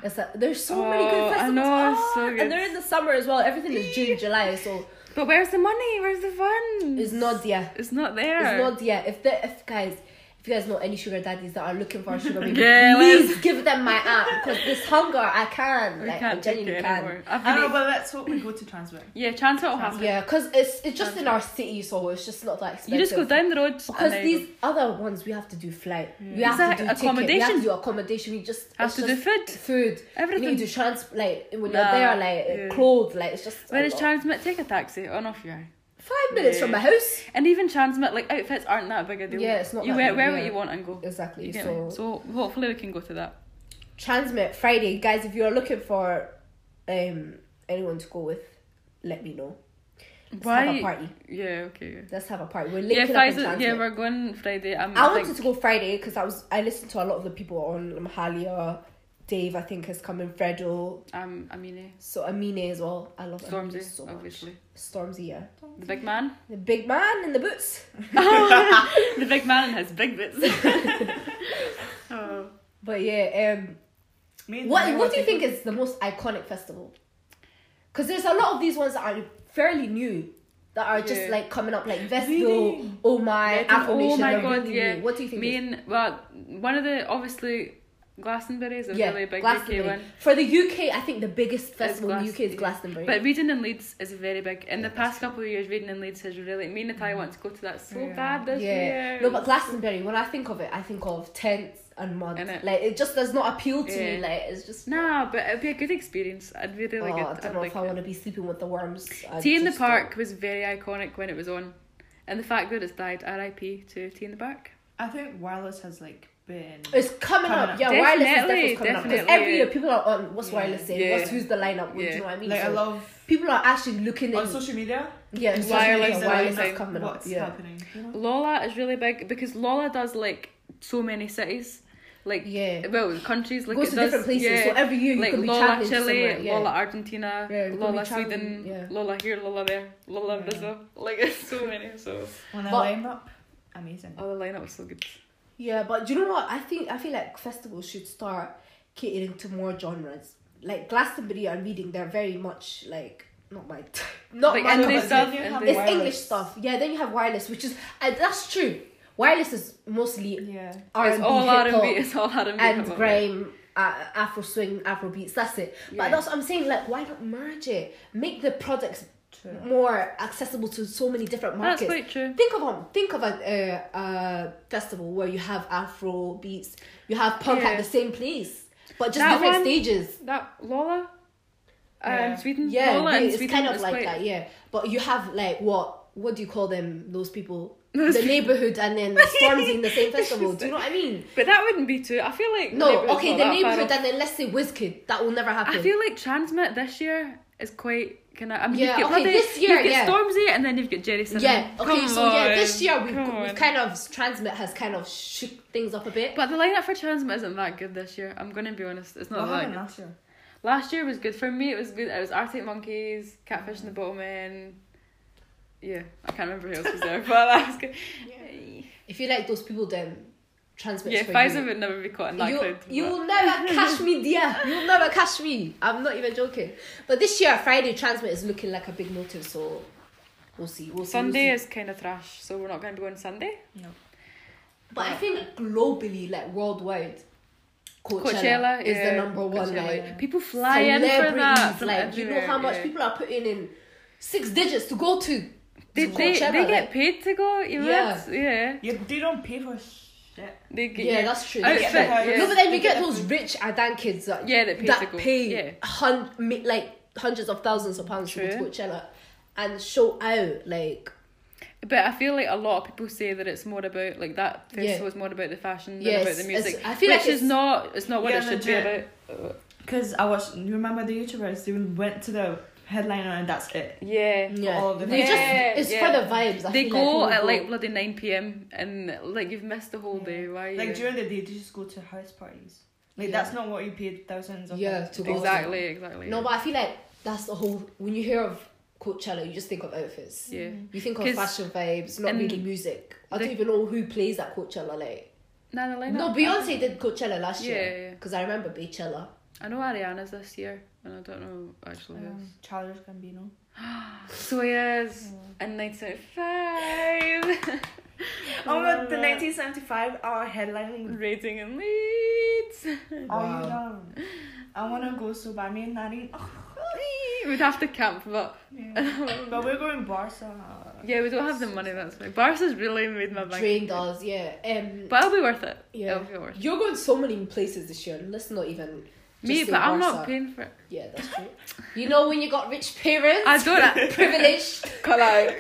B: It's like, there's so many
A: Oh,
B: good
A: I
B: festivals.
A: know, it's so
B: Ah,
A: good.
B: And they're in the summer as well. Everything is June, July, so
A: But where's the money? Where's the fun?
B: it's not there.
A: It's not there.
B: It's not yet. If the if guys, if you guys know any sugar daddies that are looking for a sugar baby,
A: Yeah, let's-
B: please give them my app because this hunger I can.
A: we
B: like, I
A: can't take
B: genuinely
A: it
B: can.
A: anymore. I've
E: I
A: been
E: know, but let's hope we go to transfer.
A: Yeah, chance it'll happen.
B: Ah, Yeah, because it's it's just in our city, so it's just not that expensive.
A: You just go down the road
B: Because
A: and
B: these other ones, we have to do flight. We have
A: Exact-
B: to do accommodation. We have
A: accommodation.
B: to do accommodation. We just
A: have
B: it's
A: to do
B: just
A: food.
B: food.
A: Everything.
B: We need to trans like when
A: Nah,
B: you're there, like
A: yeah.
B: clothes, like it's just. a
A: Whereas
B: lot.
A: Transmit, take a taxi on off you are.
B: Five minutes
A: Yeah.
B: from my house.
A: And even Transmit, like outfits aren't that big a deal.
B: Yeah, it's not
A: You
B: that
A: wear,
B: big,
A: wear
B: yeah.
A: what you want and go.
B: Exactly.
A: You get
B: So,
A: me? so hopefully we can go to that.
B: Transmit Friday, guys. If you're looking for um anyone to go with, let me know. Let's have a party.
A: Yeah, okay.
B: Let's have a party. We're
A: Yeah,
B: linking up in
A: Pfizer,
B: Transmit.
A: yeah, we're going Friday. I'm,
B: I
A: think-
B: wanted to go Friday because I was I listened to a lot of the people on Mahalia. Dave, I think, has come in. Fredo,
A: Um, Amine,
B: so Amine as well. I love Amine
A: Stormzy,
B: so much.
A: obviously.
B: Stormzy, yeah.
A: The big man.
B: The big man in the boots.
A: the big man and his big bits. oh.
B: But yeah, um,
E: Me and
B: what
E: Daniel
B: what do you
E: were
B: think
E: thinking-
B: is the most iconic festival? Because there's a lot of these ones that are fairly new, that are just
A: Yeah.
B: like coming up, like Vestville,
E: Really?
B: Oh My,
A: Megan,
B: Affirmation.
A: oh my
B: they're
A: god,
B: really
A: yeah.
B: new. What do you think?
A: Me
B: is-
A: and well, one of the obviously Glastonbury is a
B: yeah,
A: really big
B: Glastonbury.
A: UK one.
B: For the UK, I think the biggest festival in
A: Glas-
B: the UK is
A: yeah.
B: Glastonbury.
A: But Reading in Leeds is very big. In the past couple of years, Reading in Leeds has really. Me and Natalia want to go to that so
E: Yeah.
A: bad this
B: Mm-hmm. yeah,
A: year.
B: no, but Glastonbury. When I think of it, I think of tents and mud.
A: Innit?
B: Like it just does not appeal to
A: Yeah.
B: me. Like it's just
A: Nah, but it'd be a good experience. I'd be really
B: Oh,
A: good.
B: I
A: I'd
B: don't know
A: like
B: if I
A: it.
B: want to be sleeping with the worms. I
A: Tea in the
B: just don't.
A: Park was very iconic when it was on, and the fact that it's died, R.I.P. to Tea in the Park.
E: I think wireless has like been.
B: It's coming,
E: Coming
B: up.
E: up.
B: yeah. Wireless is
A: Definitely,
B: definitely coming up because
A: definitely.
B: every year people are on. What's
E: Yeah.
B: wireless saying?
A: Yeah.
B: What's who's the lineup? Do
A: Yeah.
B: you know what I mean?
E: like I
B: So
E: love
B: people are actually looking
E: on
B: at
E: social media.
B: yeah social
A: Wireless
B: media,
A: is
B: wireless
A: like
B: is coming up.
E: what's
B: Yeah,
E: happening. you know?
A: Lola is really big because Lola does like so many cities, like
B: Yeah.
A: well countries like
B: goes
A: it
B: to
A: does-
B: different places.
A: yeah.
B: So every year you
A: like
B: could be
A: Lola
B: traveling to
A: Chile,
B: somewhere. Yeah.
A: Lola Argentina,
B: Yeah, you could
A: Lola
B: be travelling,
A: Sweden,
B: yeah.
A: Lola here, Lola there, Lola
E: Yeah.
A: Brazil. Like it's so many. So
E: When I
B: But-
E: line up, amazing.
A: oh, the lineup was so good.
B: Yeah, but do you know what? I think I feel like festivals should start catering to more genres. Like Glastonbury and Reading, they're very much like not my t- not
A: Like
B: my
A: and
B: cup
A: they
B: of tea.
A: stuff.
E: you
A: and
E: have
A: they-
B: It's
E: Wireless.
B: English stuff. Yeah, then you have wireless, which is uh, that's true. Wireless is mostly
E: Yeah.
B: R
A: It's
B: and B,
A: all
B: hip
A: R&B.
B: hop,
A: It's all R&B.
B: and
A: hip-hop.
B: grime, uh, Afro swing, Afro beats. That's it.
A: Yeah.
B: But that's what I'm saying. Like, why not merge it? Make the products more accessible to so many different
A: That's
B: markets.
A: quite true.
B: Think of um, think of a uh, uh, festival where you have Afro beats, you have punk
A: Yeah.
B: at the same place, but just
A: That
B: different
A: one-
B: stages.
A: That Lola, um,
E: Yeah.
A: Sweden.
B: Yeah,
A: Lola
B: really,
A: and
B: it's
A: Sweden
B: kind of
A: is
B: like
A: quite-
B: that. Yeah, but you have like what what do you call them? Those people, the neighborhood, and then the storms in the same festival. Do you know what I mean?
A: But that wouldn't be too. I feel like
B: No,
A: Neighbourhood's
B: okay,
A: not
B: the
A: that far
B: neighborhood,
A: off.
B: and then let's say Wizkid. That will never happen.
A: I feel like Transmit this year is quite kind of. I mean,
B: Yeah,
A: you've got
B: okay,
A: Bloody,
B: this year,
A: you've got
B: yeah.
A: Stormzy, and then you've got Jerry Cinnamon.
B: yeah. Okay.
A: Come
B: so yeah,
A: on,
B: this year we've,
A: come
B: we've
A: on.
B: kind of transmit has kind of shook things up a bit.
A: But the lineup for Transmit isn't that good this year. I'm gonna be honest, it's
B: Oh,
A: not
E: What
A: that
E: happened
A: good.
E: last year?
A: Last year was good for me. It was good. It was Arctic Monkeys, Catfish and the Bottlemen. Yeah, I can't remember who else was there, but that was good. Yeah,
B: If you like those people, then transmit.
A: yeah
B: for
A: Pfizer
B: you.
A: would never be caught in that
B: You,
A: crowd.
B: you
A: but-
B: will never catch me, dear. You will never catch me. I'm not even joking. But this year, Friday Transmit is looking like a big motive, so we'll see. We'll see.
A: Sunday
B: we'll see.
A: is kind of trash, so we're not going to be going Sunday.
B: But I think globally, like worldwide, Coachella,
A: Coachella
B: is
A: yeah,
B: the number one.
A: Coachella.
B: Like,
A: People fly in for that.
B: celebrities,
A: from
B: like you know
A: everywhere,
B: how much
A: yeah.
B: people are putting in six digits to go to.
A: They,
B: to
A: they,
B: Coachella,
A: they
B: like-
A: get paid to go, you
B: Yeah.
A: yeah. yeah.
E: Yeah, they don't pay for shit.
A: They get,
B: Yeah, that's true.
A: Outfit,
E: get the house.
A: yeah.
B: Oh, No, but then you
E: They get
B: get
E: the
B: those rich Adan kids that
A: Yeah, that pay
B: that
A: to go.
B: pay
A: Yeah.
B: hun- mi- like hundreds of thousands of pounds to go to
A: True.
B: Coachella and show out like
A: But I feel like a lot of people say that it's more about like that
B: Yeah.
A: festival is more about the fashion than
B: Yes,
A: about the
B: it's-
A: music,
B: I feel
A: which
B: like
A: is
B: it's-
A: not. It's not what
E: Yeah,
A: it should
E: legit.
A: be about. Uh,
E: Because I watched, you remember the YouTubers? They went to the headliner and that's it.
A: Yeah.
B: Yeah.
E: all of the
B: They
E: vibes.
B: just
A: Yeah,
B: it's
A: yeah.
B: for the vibes. Mm, I
A: They
B: feel
A: go
B: like
A: at
B: people
A: like
B: go-
A: bloody nine pm and like you've missed the whole
E: Yeah.
A: day. Why? Are you?
E: Like during the day, they just go to house parties. Like
B: Yeah.
E: that's not what you paid thousands of.
B: Yeah, to go
A: exactly, exactly.
B: No, but I feel like that's the whole when you hear of Coachella, you just think of outfits.
A: yeah.
B: You think of
A: 'Cause-
B: fashion vibes, not
A: and
B: really music. I
A: the-
B: don't even know who plays at Coachella. Like,
A: Nah, the lineup.
B: no, Beyonce did Coachella last
A: Yeah,
B: year
A: yeah, yeah.
B: because I remember Beychella.
A: I know Ariana's this year, and I don't know actually.
E: Um, Childish Gambino.
B: Um,
A: who's. So yes, and 1975
E: Oh my god, the 1975 hour headlining.
A: rating in Leeds.
E: Wow. Oh, you know. I wanna go so bad. Me and Nadine.
A: We'd have to camp, but
E: Yeah. but we're going Barca.
A: yeah, we don't have the money. That's why Barca's really made my bank.
B: Train does, yeah. Um,
A: But it'll be worth it.
B: Yeah.
A: It'll be worth it.
B: you're going so many places this year. Let's not even. just
A: Me,
B: say
A: but I'm
B: Barca.
A: not paying for it.
B: Yeah, that's true. You know when you got rich parents,
A: I don't. I,
B: privileged.
A: Call out.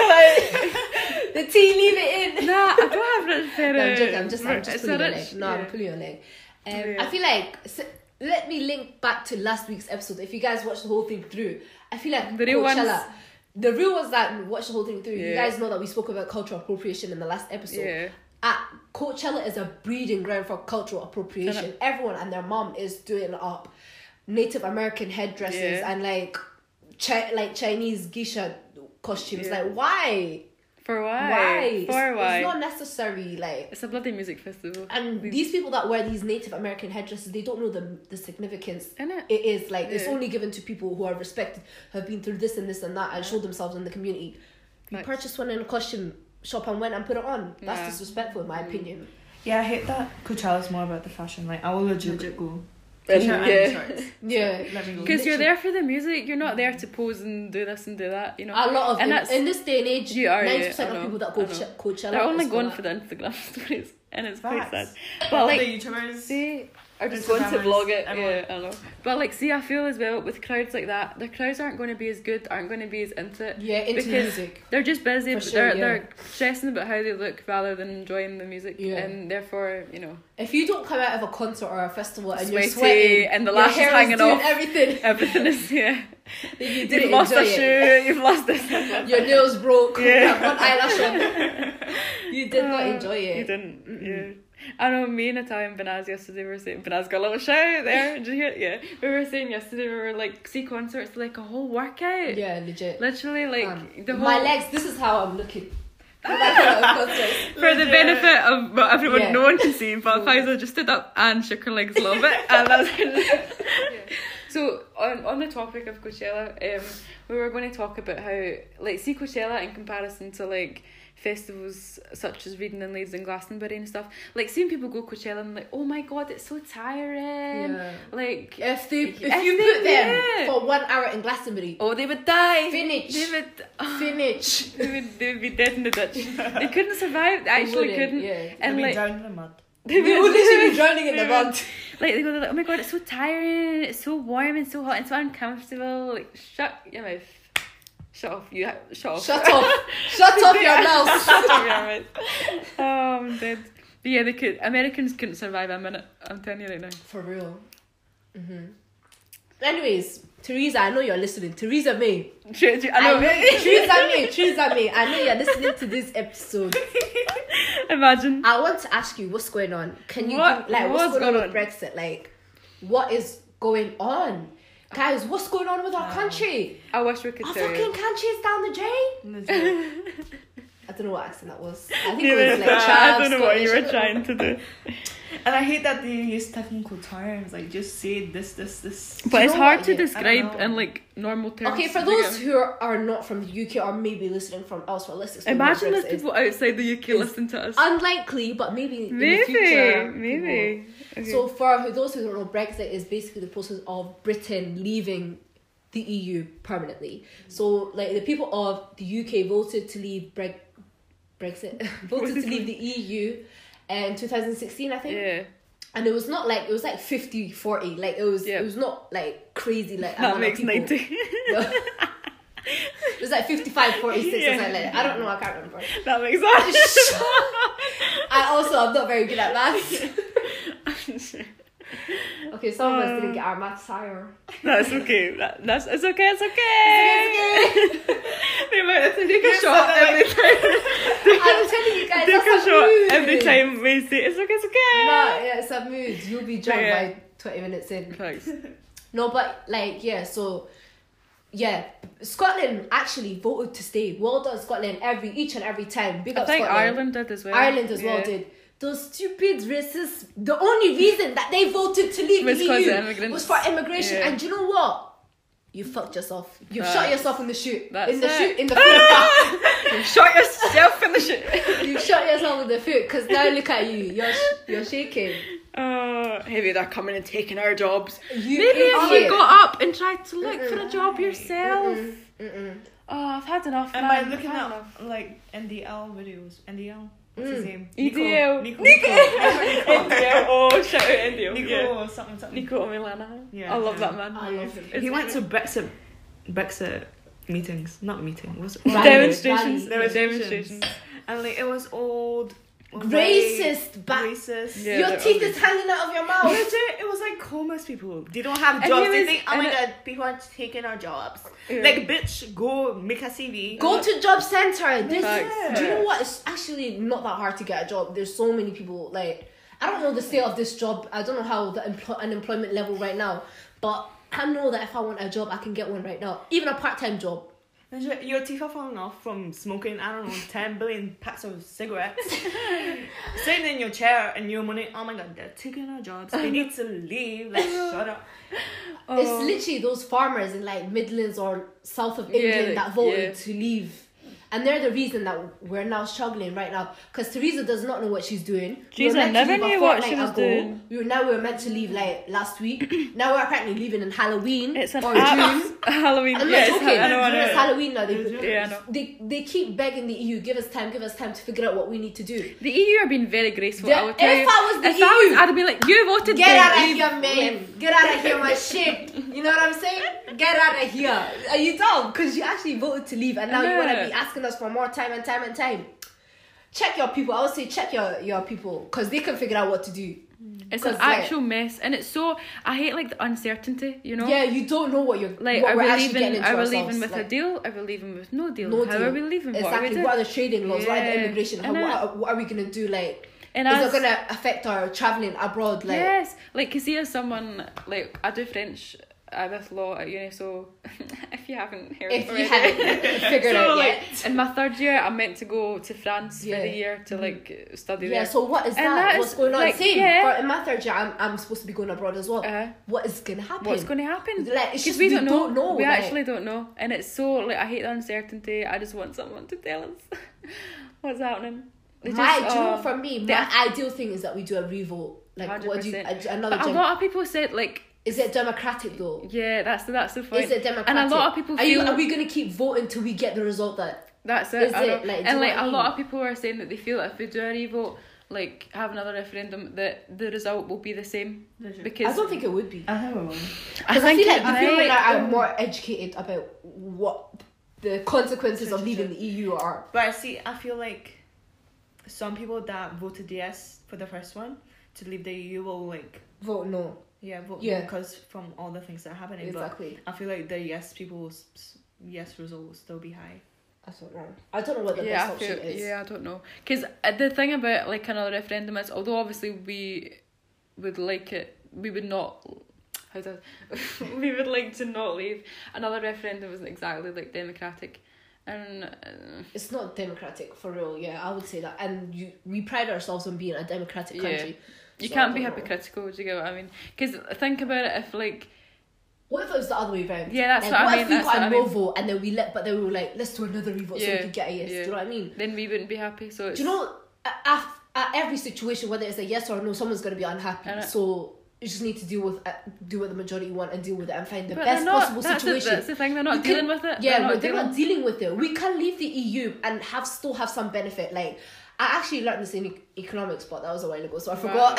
B: the tea, leave it in.
A: Nah, I don't have rich
B: No, I'm
A: parents.
B: joking. I'm just, I'm just
A: It's
B: pulling
A: a
B: your
A: rich-
B: leg. No, I'm
A: yeah.
B: pulling your leg. Um,
A: Yeah.
B: I feel like s let me link back to last week's episode. If you guys watched the whole thing through, I feel like
A: The
B: the
A: real
B: real
A: ones-
B: Coachella. The real ones that watched the whole thing through, you
A: Yeah.
B: guys know that we spoke about cultural appropriation in the last episode.
A: Yeah.
B: At Coachella is a breeding ground for cultural appropriation. Everyone and their mom is doing up Native American headdresses
A: Yeah.
B: and like, chi- like Chinese geisha costumes.
A: Yeah.
B: Like why?
A: For why?
B: Why? It's-
A: For why?
B: It's not necessary. Like
A: It's a bloody music festival.
B: and
A: These-
B: these people that wear these Native American headdresses, they don't know the the significance.
A: Innit?
B: It is like it's
A: Yeah.
B: only given to people who are respected, have been through this and this and that, and show themselves in the community. You
A: Facts.
B: purchase one in a costume shop and went and put it on. That's
A: Yeah. Mm.
B: disrespectful, in my opinion.
E: Yeah, I hate that Coachella's more about the fashion. Like, I will legit, go.
A: Really?
E: T-shirt
A: Yeah.
E: and shorts.
B: Yeah.
E: Let me go.
A: Because you're
B: Literally.
A: there for the music, you're not there to pose and do this and do that, you know.
B: A lot of
A: And
B: in,
A: that's-
B: in this day and age,
A: You are, yeah,
B: ninety percent
A: I know,
B: of people that
A: I
B: go
A: know.
B: Ch- Coachella,
A: They're only
B: is
A: going
B: that.
A: for the Instagram stories, and it's quite sad.
E: Facts.
A: But
E: the
A: like,
E: YouTubers.
A: see, are just going to
E: Instagrammers,
A: vlog it. Yeah,
E: everyone.
A: I know. But like, see, I feel as well with crowds like that, the crowds aren't going to be as good, aren't going to be as into it.
B: yeah into
A: because-
B: music.
A: They're just busy.
B: For
A: but
B: sure,
A: they're
B: yeah.
A: they're stressing about how they look rather than enjoying the music,
B: Yeah.
A: and therefore, you know,
B: If you don't come out of a concert or a festival and
A: Sweaty
B: you're sweating
A: and the
B: your
A: lashes
B: hair is
A: hanging
B: doing
A: off.
B: everything,
A: everything is yeah.
B: then you
A: You've
B: didn't
A: lost
B: enjoy
A: a
B: it.
A: shoe. You've lost this.
B: Your nails broke.
A: Yeah.
B: One eyelash on. Um, You did not
A: Uh,
B: enjoy it.
A: You didn't. Yeah. I know me and Natalia and Benaz yesterday were saying Benaz got a little shout there. Did you hear? it? Yeah. We were saying yesterday we were like see concerts like a whole workout.
B: Yeah, legit.
A: Literally like
B: Um,
A: the whole
B: My legs. This is how I'm looking. When I come out of concert.
A: for the benefit of well, everyone
B: Yeah.
A: no one can see, but Faisal just stood up and shook her legs a little bit and that's So on, on the topic of Coachella, um, we were going to talk about how like see Coachella in comparison to like festivals such as Reading and Leeds and Glastonbury and stuff. Like seeing people go Coachella and like, oh my god, it's so tiring.
B: Yeah.
A: Like
B: Um, If they,
A: If
B: if, you
A: they
B: put them
A: did.
B: for one hour in Glastonbury,
A: oh they would die.
B: Finish.
A: They would oh,
B: finish.
A: they would they would be dead in the ditch. they couldn't survive. They actually
B: wouldn't,
A: couldn't.
B: yeah.
E: Let
A: And
E: me
A: like
E: down in the mud.
B: They would literally be drowning in the mud.
A: Like they go they're like, oh my god, it's so tiring, it's so warm and so hot and so uncomfortable. Like shut your mouth, shut off, you ha- shut off,
B: Shut off. Shut off your mouth.
A: shut off your mouth. Oh, I'm dead. But yeah, they could. Americans couldn't survive a minute. I'm telling you right now.
B: For real. hmm Anyways, Teresa, I know you're listening. Teresa May.
A: True, true,
B: I
A: I know.
B: know. Teresa May. Teresa May. I know you're listening to this episode.
A: Imagine.
B: I want to ask you what's going on. Can you
A: What-
B: do- like
A: what's
B: what's, going,
A: going
B: on with Brexit? Like, what is going on, guys? What's going on with our country?
A: I wish we could
B: Our
A: tell you.
B: fucking country is down the drain. I don't know what accent that was. I think it was like
A: I
B: Chad,
A: don't know what you were
B: Scottish.
A: trying to do.
E: And I hate that they use technical terms. Like, just say this, this, this.
A: But it's
B: know
A: hard
B: what?
A: to
B: Yeah, I don't
A: describe
E: know.
A: in like normal terms.
B: Okay, for
A: Do you get
B: those
A: me?
B: who are not from the UK or maybe listening from elsewhere, let's explain what
A: Imagine there's
B: Brexit is.
A: people outside the UK listen to us.
B: Unlikely, but maybe in the
A: Maybe,
B: future, people-
A: maybe. Okay.
B: So for who- those who don't know, Brexit is basically the process of Britain leaving the EU permanently. So like the people of the UK voted to leave Breg- Brexit voted to leave the EU in 2016 I think
A: yeah,
B: and it was not like it was like 50 40 like it was
A: Yeah.
B: it was not like crazy like
A: that
B: amount of
A: makes
B: people.
A: ninety.
B: No. It was like 55, 46 or something like
A: Yeah.
B: that. I don't know, I can't remember.
A: That makes sense.
B: I also, I'm not very good at maths. Okay, some of
A: Uh.
B: us didn't get our maths higher.
A: that's okay. That, that's it's okay. It's okay. It's okay. they might take a shot every
B: I'm telling you guys,
A: Take a
B: that's a
A: shot
B: mood.
A: every time we say it's okay. It's okay.
B: No, yeah, it's a mood. You'll be drunk
A: Yeah.
B: by 20 minutes in.
A: Thanks.
B: No, but like yeah, so yeah, Scotland actually voted to stay. Well done, Scotland! Every each and every time, big
A: I
B: up
A: think
B: Scotland.
A: Ireland did as well.
B: Ireland as well
A: Yeah.
B: did. Those stupid racists. The only reason that they voted to leave
A: Was
B: the
A: 'cause
B: EU
A: of immigrants.
B: was for immigration.
A: Yeah.
B: And do you know what? You fucked yourself. You have shot
A: Facts.
B: yourself in the shoot.
A: That's
B: in the
A: it.
B: shoot. In the foot.
A: You shot yourself in the shit.
B: you shot yourself in the foot. Cause now look at you. You're sh- you're shaking.
A: Oh, maybe they're coming and taking our jobs.
B: You
A: Maybe if you
B: idiot.
A: got up and tried to look for a job yourself.
B: Mm-mm.
A: Oh, I've had enough.
C: And
A: man.
C: by looking
A: I've had
C: up
A: enough.
C: like NDL videos, NDL, what's
A: Mm.
C: his name?
A: EDL.
C: Nico.
A: Nico.
C: Nico.
A: NDL. Oh, shout out NDL.
C: Nico
A: Yeah.
C: or something, something.
A: Nico Milana.
C: Yeah.
A: I love
C: Yeah.
A: that man.
B: I love him.
A: It's-
C: He went to Brexit, Brexit meetings, not meeting. Was it?
B: Rally.
A: demonstrations.
B: Rally.
A: Demonstrations.
C: And like it was old,
B: Racist ba-
C: racist.
A: Yeah,
B: your
A: they're
B: teeth
A: ugly.
B: is hanging out of your mouth.
C: Legit, it was like homeless people. They don't have
A: And
C: jobs.
A: he
C: They
A: was-
C: think, oh my
A: and-
C: god, people are taking our jobs.
A: Yeah.
C: Like, bitch, go make a CV.
B: Go to job center. There's,
A: Facts.
B: Do you know what? It's actually not that hard to get a job. There's so many people. Like I don't know the state of this job. I don't know how the empl- unemployment level right now, but I know that if I want a job, I can get one right now. Even a part time job.
C: Legit, your teeth are falling off from smoking. I don't know, ten billion packs of cigarettes. Sitting in your chair and your money. Oh my god, they're taking our jobs. They need to leave. Like, shut up.
B: It's
A: Oh.
B: literally those farmers in like Midlands or south of
A: Yeah, like-
B: England that voted
A: yeah.
B: to leave. And they're the reason that we're now struggling right now because Theresa does not know what she's doing.
A: Jeez, I
B: meant to
A: never
B: leave a
A: knew what she
B: fortnight
A: was doing.
B: We were, now we were meant to leave like last week. now we're apparently leaving Oh, in Halloween
A: It's an
B: or
A: app.
B: June.
A: Halloween.
B: I'm
A: yeah,
B: not
A: it's
B: joking.
A: ha- I know, I
B: It's
A: know.
B: Halloween now. They,
A: Yeah, I know.
B: they they keep begging the EU, give us time, give us time to figure out what we need to do.
A: The E EU are being very graceful.
B: The-
A: I will tell
B: if
A: you.
B: I was the
A: if I
B: EU,
A: was, I'd be like, you voted. E
B: Get
A: then,
B: out of
A: leave-
B: here, man. Get out of here, my shit. You know what I'm saying? Get out of here. Are you dumb? Because you actually voted to leave and now you want to
A: Yeah.
B: be asking us for more time and time and time. Check your people. I would say check your, your people because they can figure out what to do.
A: It's an
B: 'Cause, like-
A: actual mess, and it's so. I hate like the uncertainty. You know.
B: Yeah, you don't know what you're
A: Like,
B: what
A: are
B: we're
A: we
B: actually getting
A: leaving?
B: into
A: Are we
B: ourselves.
A: leaving with
B: like,
A: a deal? Are we leaving with no deal?
B: No
A: How
B: deal.
A: are we leaving?
B: Exactly.
A: What are we doing?
B: the trading laws? What are the
A: Yeah.
B: immigration? How,
A: And
B: what,
A: I-
B: are, what are we gonna do? Like,
A: And
B: is
A: as-
B: it gonna affect our traveling abroad? Like,
A: yes, like you see, as someone like I do French uh, with law at uni, so if you haven't heard
B: if
A: already,
B: you haven't figured
A: so
B: out
A: like
B: yet,
A: in my third year, I meant to go to France
B: Yeah. Mm-hmm.
A: for the year to like study
B: Yeah,
A: there.
B: so what is
A: And
B: that?
A: that
B: What's
A: is,
B: going on?
A: like,
B: Same.
A: yeah.
B: For, in my third year, I'm, I'm supposed to be going abroad as well.
A: Uh-huh.
B: what is going to happen?
A: What's going to happen?
B: Like, it's
A: Because
B: just
A: we don't know. we
B: like-
A: actually don't know, and it's so like I hate the uncertainty. I just want someone to tell us what's happening. They
B: my,
A: just,
B: do you know,
A: oh.
B: for me, my
A: they're-
B: ideal thing is that we do a revolt. Like, what do you,
A: 100%.
B: a- another
A: But a
B: gem-
A: lot of people said like,
B: Is it democratic though?
A: yeah, that's the, that's the point.
B: Is it democratic?
A: And a lot of people
B: are, you,
A: feel
B: are we going to keep voting till we get the result that
A: that's it.
B: is
A: I know.
B: it, like, do you
A: and
B: know
A: like
B: what I
A: a lot
B: mean?
A: of people are saying that they feel that if they do a revolt, like have another referendum, that the result will be the same because
B: I don't think it would be.
A: I
B: Because I,
A: think
B: feel like
A: it
B: the people
A: might. um,
B: that are more educated about what the consequences of leaving the EU are.
C: But I see, I feel like some people that voted yes for the first one to leave the EU will like,
B: Vote no.
C: yeah, vote
B: Yeah.
C: because from all the things that are happening.
B: Exactly.
C: But I feel like the yes people, will s- s- yes result will still be high.
B: I don't know. I don't know what the
A: yeah,
B: best
A: I feel,
B: option is.
A: yeah, I don't know. Because the thing about like another referendum is, although obviously we would like it, we would not. How does we would like to not leave another referendum isn't exactly like democratic, and uh,
B: it's not democratic for real yeah i would say that and you, we pride ourselves on being a democratic
A: Yeah.
B: country
A: you
B: So I
A: can't be
B: don't know.
A: hypocritical. Do you get what I mean? Because think about it, if like
B: what if it was the other way around
A: Yeah, that's
B: like,
A: what I
B: what
A: mean,
B: if we
A: that's
B: got
A: what
B: a
A: I
B: no
A: mean.
B: vote and then we let but then we were like let's do another revote so we
A: Yeah,
B: could get a yes
A: yeah.
B: do you know what i mean
A: then we wouldn't be happy. So it's,
B: do you know at, at, at every situation whether it's a yes or a no someone's going to be
A: I
B: unhappy
A: know.
B: so you just need to deal with uh, do what the majority want and deal with it and find the
A: But
B: best
A: they're not,
B: possible
A: that's
B: situation
A: It, that's the thing. They're not
B: You
A: dealing
B: can-
A: with it.
B: Yeah,
A: they're
B: no,
A: not
B: they're
A: dealing.
B: E not dealing with it. We can leave the EU and have still have some benefit. Like I actually learned this in e- economics, but that was a while ago, so I forgot.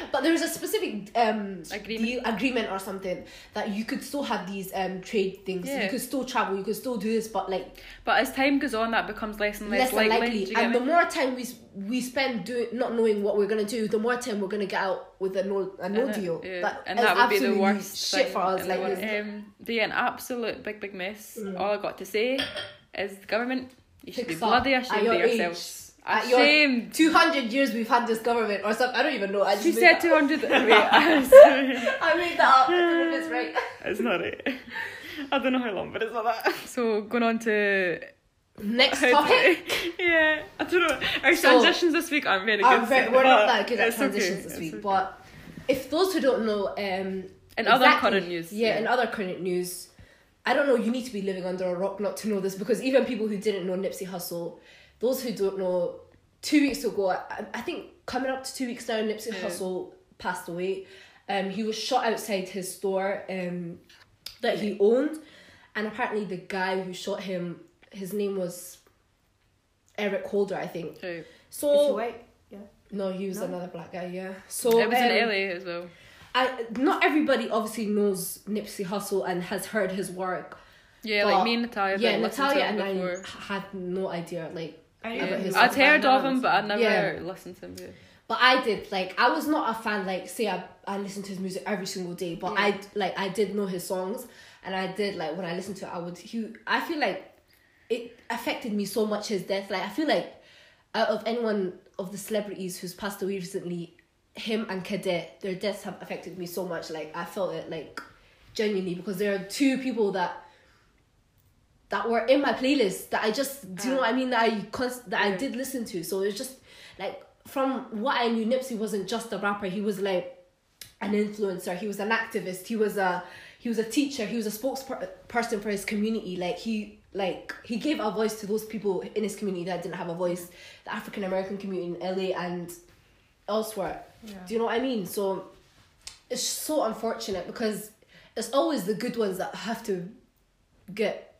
B: but there was a specific um,
A: Agreement.
B: deal- agreement or something that you could still have these um, trade things.
A: Yeah.
B: You could still travel. You could still do this, but like
A: But as time goes on, that becomes less and
B: less
A: less,
B: than
A: likely.
B: likely.
A: Do you get
B: And the
A: me?
B: more time we s- we spend doing not knowing what we're gonna do, the more time we're gonna get out with a no a no
A: And it-
B: deal.
A: yeah,
B: That
A: and
B: is
A: that would be the
B: absolutely
A: worst
B: shit
A: thing
B: for us.
A: in the
B: Like
A: world.
B: there's-
A: um, but yeah, an absolute big, big mess. All I got to say is government, you should be
B: Fix up
A: bloody
B: at
A: ashamed
B: your
A: of yourselves.
B: age. At your-
A: Ashamed.
B: 200 years we've had this government or something. I don't even know. I just
A: She
B: made
A: said
B: that-
A: 200. Wait, I'm sorry.
B: I made that up. I don't know if it's right.
A: It's not it. I don't know how long, but it's not that. So going on to
B: Next
A: how to-
B: topic.
A: yeah, I don't know. Our
B: So-
A: transitions this week aren't very good.
B: I'm very, Oh, we're
A: but
B: not that good at
A: it's okay,
B: transitions this
A: it's
B: week,
A: okay.
B: but if those who don't know, um, in
A: In other current news,
B: yeah,
A: yeah.
B: in other current news, I don't know. You need to be living under a rock not to know this because even people who didn't know Nipsey Hussle, those who don't know, two weeks ago, I, I think coming up to two weeks now, Nipsey
A: Hmm.
B: Hussle passed away. Um, he was shot outside his store um, that he owned, and apparently the guy who shot him, his name was Eric Holder, I think.
A: Right.
B: So
C: Yeah.
B: no, he was another black guy. Yeah. So
A: it was in
B: um,
A: LA as well.
B: I, not everybody obviously knows Nipsey Hussle and has heard his work.
A: Yeah,
B: but-
A: like me and Natalia.
B: Yeah,
A: didn't listen
B: Natalia
A: to
B: and
A: him
B: I
A: before.
B: had no idea. Like,
C: I
B: Yeah, but his-
A: I'd heard of him, but I never
B: Yeah.
A: listened to him. yeah.
B: but I did. Like, I was not a fan. Like, say I I listened to his music every single day, but I like I did know his songs, and I did like when I listened to it, I would. He, I feel like it affected me so much his death. Like, I feel like out of anyone of the celebrities who's passed away recently, him and Cadet, their deaths have affected me so much. Like I felt it like genuinely because there are two people that that were in my playlist that I just do you know what I mean that I const- that I did listen to. So it's just like from what I knew, Nipsey wasn't just a rapper. He was like an influencer. He was an activist. He was a he was a teacher. He was a spokesperson for his community. Like he like he gave a voice to those people in his community that didn't have a voice, the African American community in LA and elsewhere. Do you know what I mean? So it's so unfortunate because it's always the good ones that have to get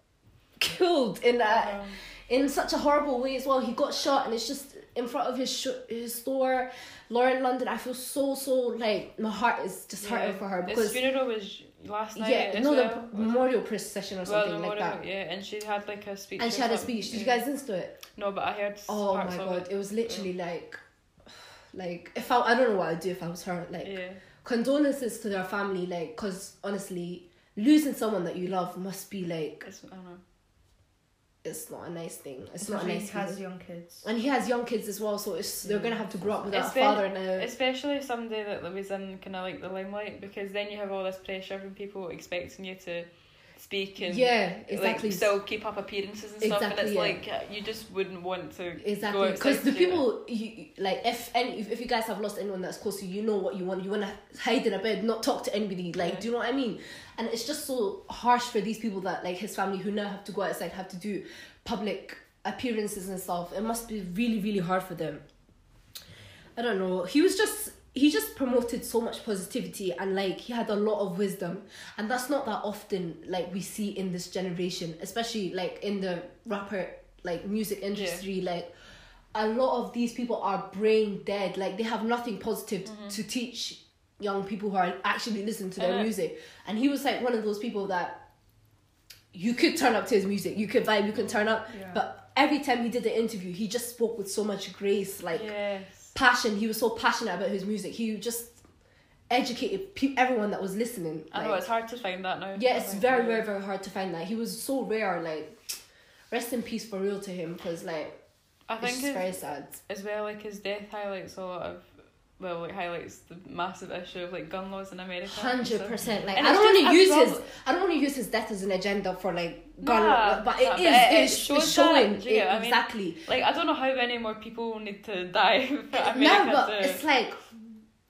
B: killed in that in such a horrible way as well. He got shot, and it's just in front of his sh- his store, Lauren London. I feel so so like my heart is just hurting for her
A: His
B: because
A: funeral was last night.
B: yeah,
A: as
B: no,
A: well.
B: the memorial procession or
A: well,
B: something
A: the
B: like
A: memorial,
B: that.
A: yeah, and she had like a speech.
B: And
A: or
B: she had a
A: something,
B: speech. Did you
A: yeah.
B: guys listen to it?
A: No, but I heard.
B: Oh
A: parts
B: my
A: of
B: god,
A: it.
B: it was literally like, like if I I don't know what I'd do if I was her. Like
A: Yeah,
B: condolences to their family, like because honestly, losing someone that you love must be like
A: it's, I don't know.
B: it's not a nice thing. It's not a
C: Especially
B: nice.
C: he has
B: Thing.
C: young kids.
B: And he has young kids as well, so it's, they're gonna have to grow up without
A: It's
B: a
A: been-
B: father now.
A: Especially somebody that was in kind of like the limelight, because then you have all this pressure from people expecting you to speak and
B: yeah, exactly.
A: like still keep up appearances and stuff, and
B: Exactly,
A: it's
B: yeah.
A: like uh, you just wouldn't want to
B: exactly because the
A: to do
B: people you like if any if, if you guys have lost anyone that's close to you you know what you want you want to hide in a bed not talk to anybody like
A: Yeah.
B: do you know what i mean and it's just so harsh for these people that like his family who now have to go outside have to do public appearances and stuff it must be really really hard for them i don't know he was just he just promoted so much positivity and like he had a lot of wisdom and that's not that often like we see in this generation especially like in the rapper like music industry like a lot of these people are brain dead. Like they have nothing positive to teach young people who are actually listening to their
A: Uh,
B: music. And he was like one of those people that you could turn up to his music, you could vibe, you could turn up.
C: Yeah.
B: But every time he did the interview, he just spoke with so much grace, like
A: Yes.
B: passion. He was so passionate about his music. He just educated pe- everyone that was listening.
A: I know
B: like-
A: it's hard to find that now.
B: yeah, it's
A: Like,
B: very, very, very hard to find that. He was so rare. Like, rest in peace for real to him, because like
A: I
B: it's
A: think
B: just very
A: as,
B: sad.
A: as well, like his death highlights a lot of, well, like highlights the massive issue of like gun laws in America. and stuff.
B: Hundred percent. Like
A: And
B: I
A: it's
B: don't want
A: just
B: to
A: a
B: use his.
A: problem.
B: I don't want to use his death as an agenda for like gun,
A: Nah,
B: but
A: nah,
B: it
A: but
B: is.
A: it- it
B: it's, it's
A: shows that,
B: showing
A: do you get
B: it-
A: what I mean?
B: exactly.
A: Like I don't know how many more people need to die for America
B: No, but
A: to.
B: it's like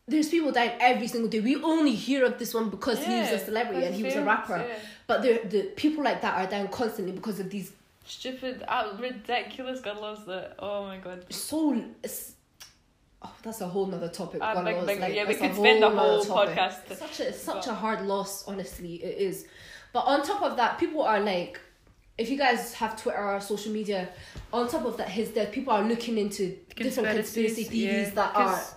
B: there's people dying every single day. We only hear of this one because he was
A: Yeah,
B: a celebrity
A: because
B: and he was a
A: famous,
B: rapper.
A: yeah.
B: But the the people like that are dying constantly because of these
A: Stupid, uh, ridiculous gun laws that. Oh my god.
B: so. It's, oh, that's a whole nother topic.
A: Uh,
B: God
A: big,
B: knows,
A: big-
B: like,
A: yeah, we
B: that's a
A: could spend a
B: nother
A: whole
B: topic.
A: podcast.
B: It's such a it's such a hard loss honestly it is but on top of that people are like if you guys have Twitter or social media, on top of that, his death, people are looking into different conspiracy
A: Conspiracies,
B: theories
A: yeah,
B: that are
A: 'cause-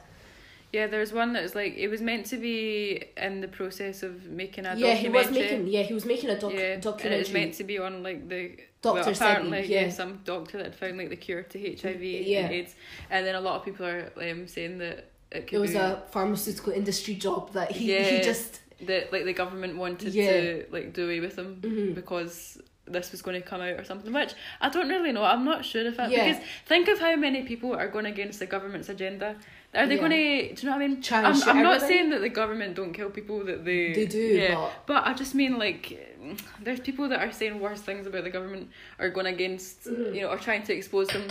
A: Yeah, there was one that was like it was meant to be in the process of making a
B: yeah he
A: documentary.
B: was making yeah he was making a doc-
A: yeah, and it was
B: documentary
A: meant to be on like the
B: Dr.
A: well,
B: Sebi,
A: apparently
B: yeah.
A: some doctor that had found like the cure to HIV
B: Yeah.
A: and AIDS, and then a lot of people are um, saying that it could
B: it was
A: be
B: a pharmaceutical industry job that he he
A: Yeah.
B: just
A: that like the government wanted
B: Yeah.
A: to like do away with them
B: Mhm.
A: because this was going to come out or something which i don't really know i'm not sure if that
B: Yeah.
A: because think of how many people are going against the government's agenda are they
B: Yeah.
A: going to do you know what i mean
B: Try and
A: i'm,
B: shut
A: I'm not
B: everything?
A: saying that the government don't kill people that they
B: they do
A: yeah but i just mean like there's people that are saying worse things about the government or going against
B: Mhm.
A: you know or trying to expose them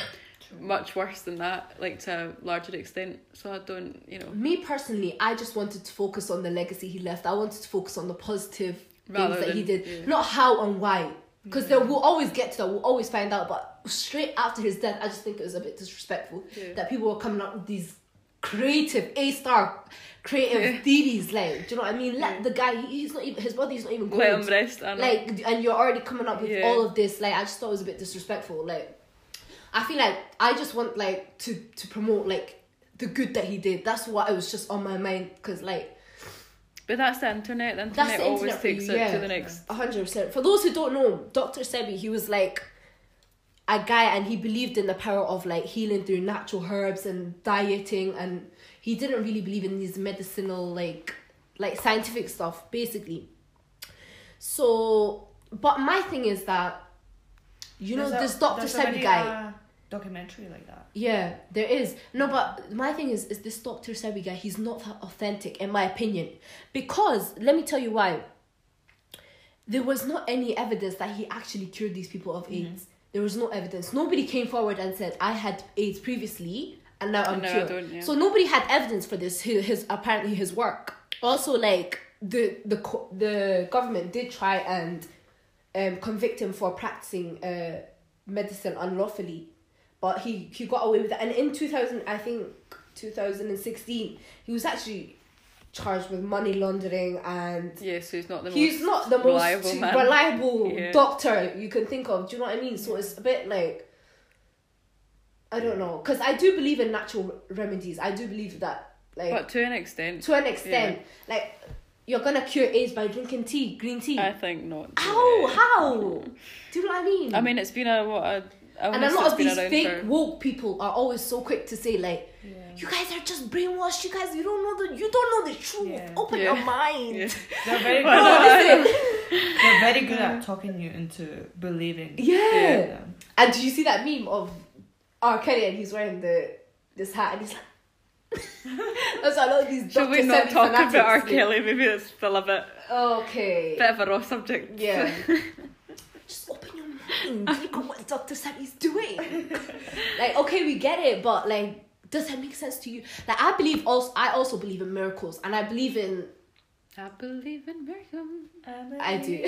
A: much worse than that like to a larger extent so i don't you know
B: but me personally I just wanted to focus on the legacy he left I wanted to focus on the positive
A: Rather
B: things that he
A: than-
B: did
A: yeah.
B: not how and why because then we'll always get to that we'll always find out but straight after his death I just think it was a bit disrespectful
A: Yeah.
B: that people were coming up with these creative A star creative theories like do you know what I mean let the guy he, he's not even his body's not even
A: let
B: good
A: them rest and
B: Mm-hmm. like and you're already coming up with
A: Yeah.
B: all of this like i just thought it was a bit disrespectful like i feel like i just want like to to promote like the good that he did that's what it was just on my mind because like
A: But that's the internet. The
B: the
A: internet always
B: internet for
A: takes
B: you,
A: it
B: yeah.
A: to the next.
B: 100% for those who don't know dr sebi he was like a guy and he believed in the power of like healing through natural herbs and dieting and he didn't really believe in these medicinal like like scientific stuff basically so but my thing is that you know
C: There's a-
B: this dr
C: there's
B: sebi
C: already
A: uh,
B: guy
C: a documentary like that.
B: yeah, there is. No, but my thing is, is this Dr. Sebi guy, he's not that authentic, in my opinion. Because, let me tell you why. There was not any evidence that he actually cured these people of
A: Mm-hmm.
B: AIDS. There was no evidence. Nobody came forward and said, I had AIDS previously, and now I'm
A: And now I
B: cured.
A: don't, yeah.
B: So nobody had evidence for this, his, his apparently his work. Also, like, the, the, co- the government did try and um, convict him for practicing uh, medicine unlawfully, but he, he got away with it. And in 2000, I think 2016, he was actually charged with money laundering and
A: Yeah, so he's not the
B: he's
A: most
B: not the most
A: reliable
B: reliable,
A: man. Yeah.
B: doctor you can think of. Do you know what I mean? So it's a bit like I don't know because I do believe in natural remedies. I do believe that like
A: but to an extent,
B: to an extent, like you're gonna cure AIDS by drinking tea, green tea.
A: I think not.
B: how? How? Do you know what I mean?
A: I mean, it's been a what a. a
B: and a
A: illness
B: lot
A: Oh, that's
B: of
A: been
B: these
A: around
B: fake
A: for-
B: woke people are always so quick to say like, "You guys are just brainwashed. You guys, you don't know the, you don't know the truth.
C: Yeah.
B: Open
A: Yeah.
B: your mind."
A: Yeah.
C: They're very
A: Well,
C: good.
A: no,
B: Listen.
C: They're very good at talking you into believing.
B: Yeah.
C: them.
B: And do you see that meme of R. Kelly and he's wearing the this hat and he's like That's why a lot of these
A: Should
B: Dr.
A: we not
B: Sebi
A: talk about
B: fanatics,
A: R.
B: like-
A: Kelly? Maybe it's still a bit,
B: Okay.
A: bit of a raw subject.
B: Yeah. Just open your mind. Look at what Dr. Sebi's doing. like, okay, we get it, but like does that make sense to you? Like I believe also I also believe in miracles and I believe in
A: I believe in miracles.
B: I do.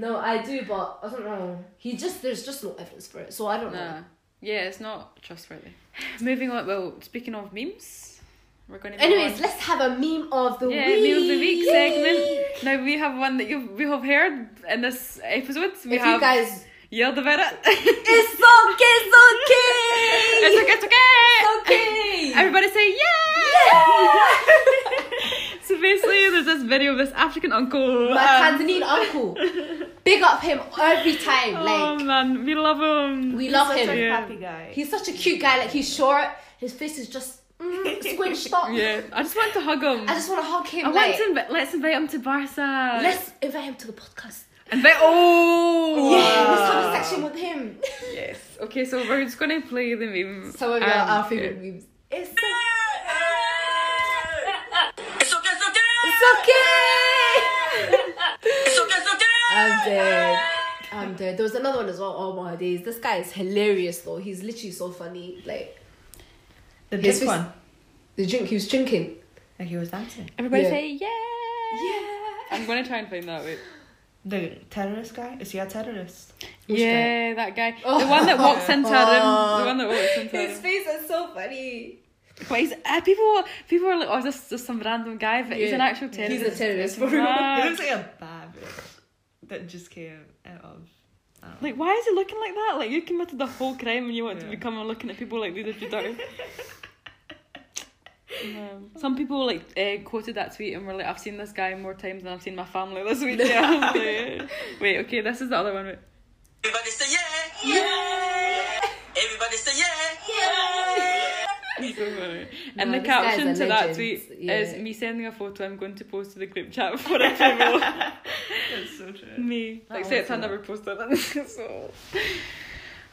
B: No, I do, but I don't know. He just there's just no evidence for it. So I don't know.
A: Nah. Yeah, it's not trustworthy. Moving on. Well, speaking of memes, we're going to.
B: Anyways, let's have a meme of the
A: Yeah,
B: week.
A: meme of the week segment. Now we have one that you we have heard in this episode. We
B: if
A: have
B: you guys
A: yelled about it.
B: It's okay, it's okay.
A: It's okay, it's okay.
B: okay.
A: Everybody say yeah. So basically, there's this video of this African uncle.
B: My
A: um,
B: Tanzanian uncle. Big up him every time.
A: oh
B: Like
A: man, we love him.
B: we love
C: Such a
B: him.
A: Yeah.
C: happy guy.
B: He's such a cute guy. Like he's short. His face is just mm, squinched up.
A: yeah, I just want to hug him.
B: I just want to hug him.
A: I want
B: like,
A: to invi- let's invite him to Barca.
B: Let's invite him to the podcast.
A: invite. Oh.
B: Yeah, let's have a section with him.
A: Yes. Okay, so we're just gonna play the meme.
B: Some of your
A: Um,
B: our favorite memes. It's okay.
D: It's okay, it's okay.
B: It's okay.
D: It's okay, it's okay.
B: I'm dead. I'm dead. There was another one as well. Oh my days. This guy is hilarious though. He's literally so funny. Like
C: The
B: His
C: big
B: face-
C: one.
B: the drink he was drinking.
C: Like he was dancing.
A: Everybody
B: Yeah.
A: say yeah.
B: Yeah.
A: I'm gonna try and find that. Wait.
C: The terrorist guy? Is he a terrorist?
B: Which Oh.
A: yeah, that guy. The one that walks into a room. The one that walks into a room.
B: His face is so funny.
A: But he's, uh, people, people are like, oh, is this just some random guy? But he's
B: Yeah.
A: an actual terrorist.
B: He's a terrorist,
A: It's
B: for real.
A: mad.
C: He looks like a bad bitch that just came out of I don't know.
A: Like, why is he looking like that? Like, you committed a whole crime and you want to
C: Yeah.
A: become looking at people like these if you don't. No. Some people like uh, quoted that tweet and were like, "I've seen this guy more times than I've seen my family this week." Yeah. I was like, Wait, okay, this is the other one. Wait.
D: Everybody say yeah. Yeah. Everybody say yeah. Yeah.
A: It's so funny. And
B: No,
A: the
B: this guy's
A: caption
B: a
A: to that
B: legend.
A: tweet
B: Yeah.
A: is me sending a photo I'm going to post to the group chat for everyone.
C: That's so true.
A: me.
C: That
A: Like, Except I
C: one's
A: never posted it. so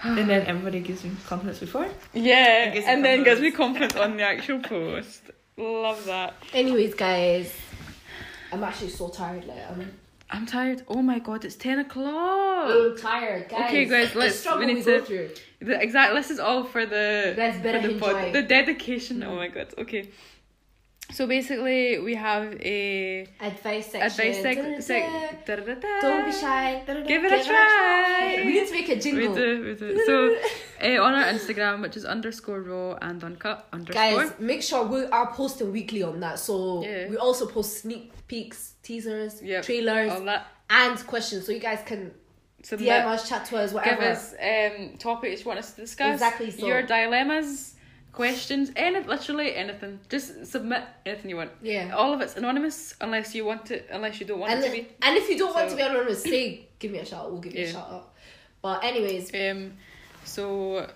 C: And then everybody gives me compliments before.
A: Yeah.
C: It gives you
A: And then gives me
C: confidence.
A: confidence on the actual post. Love that.
B: Anyways, guys, I'm actually so tired. Like I'm,
A: I'm tired. Oh my god, it's ten o'clock.
B: I'm tired, guys.
A: Okay, guys,
B: The
A: let's-
B: struggle
A: we need
B: go
A: to-
B: through.
A: The exact. This is all for the.
B: That's better
A: for the,
B: enjoy.
A: the dedication. Oh my god. Okay. So basically, we have a
B: Advice section.
A: advice
B: Da-da-da.
A: sec- sec- da-da-da-da.
B: Don't be shy. Da-da-da.
A: Give it a try.
B: We need to make a jingle.
A: We do, we do. So, uh, on our Instagram, which is underscore raw and uncut underscore.
B: Guys, make sure we are posting weekly on that. So
A: Yeah.
B: we also post sneak peeks, teasers,
A: Yep,
B: trailers,
A: all that.
B: and questions. So you guys can
A: Submit.
B: DM us, chat to us, whatever.
A: give us um, topics you want us to discuss.
B: Exactly, so-
A: Your dilemmas, questions, any literally anything. Just submit anything you want.
B: Yeah.
A: All of it's anonymous unless you want to, unless you don't want
B: and,
A: it to be.
B: and if you don't want
A: So-
B: to be anonymous, say give me a shout. We'll give you a
A: Yeah.
B: shout out. But anyways,
A: Um, so,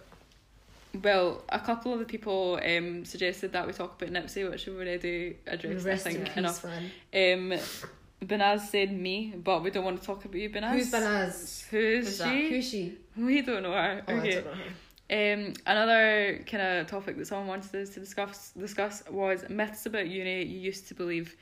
A: well, a couple of the people um, suggested that we talk about Nipsey, which we've already addressed,
B: rest
A: I
B: in
A: think,
B: peace,
A: enough.
B: man.
A: Um, Benaz said me, but we don't want to talk about you, Benaz.
B: Who's Banaz?
A: Who's,
B: Who's that?
A: she?
B: Who's she?
A: We don't know her.
B: Oh, I
A: okay.
B: don't know. her.
A: Um, another kind of topic that someone wanted us to discuss discuss was myths about uni you used to believe.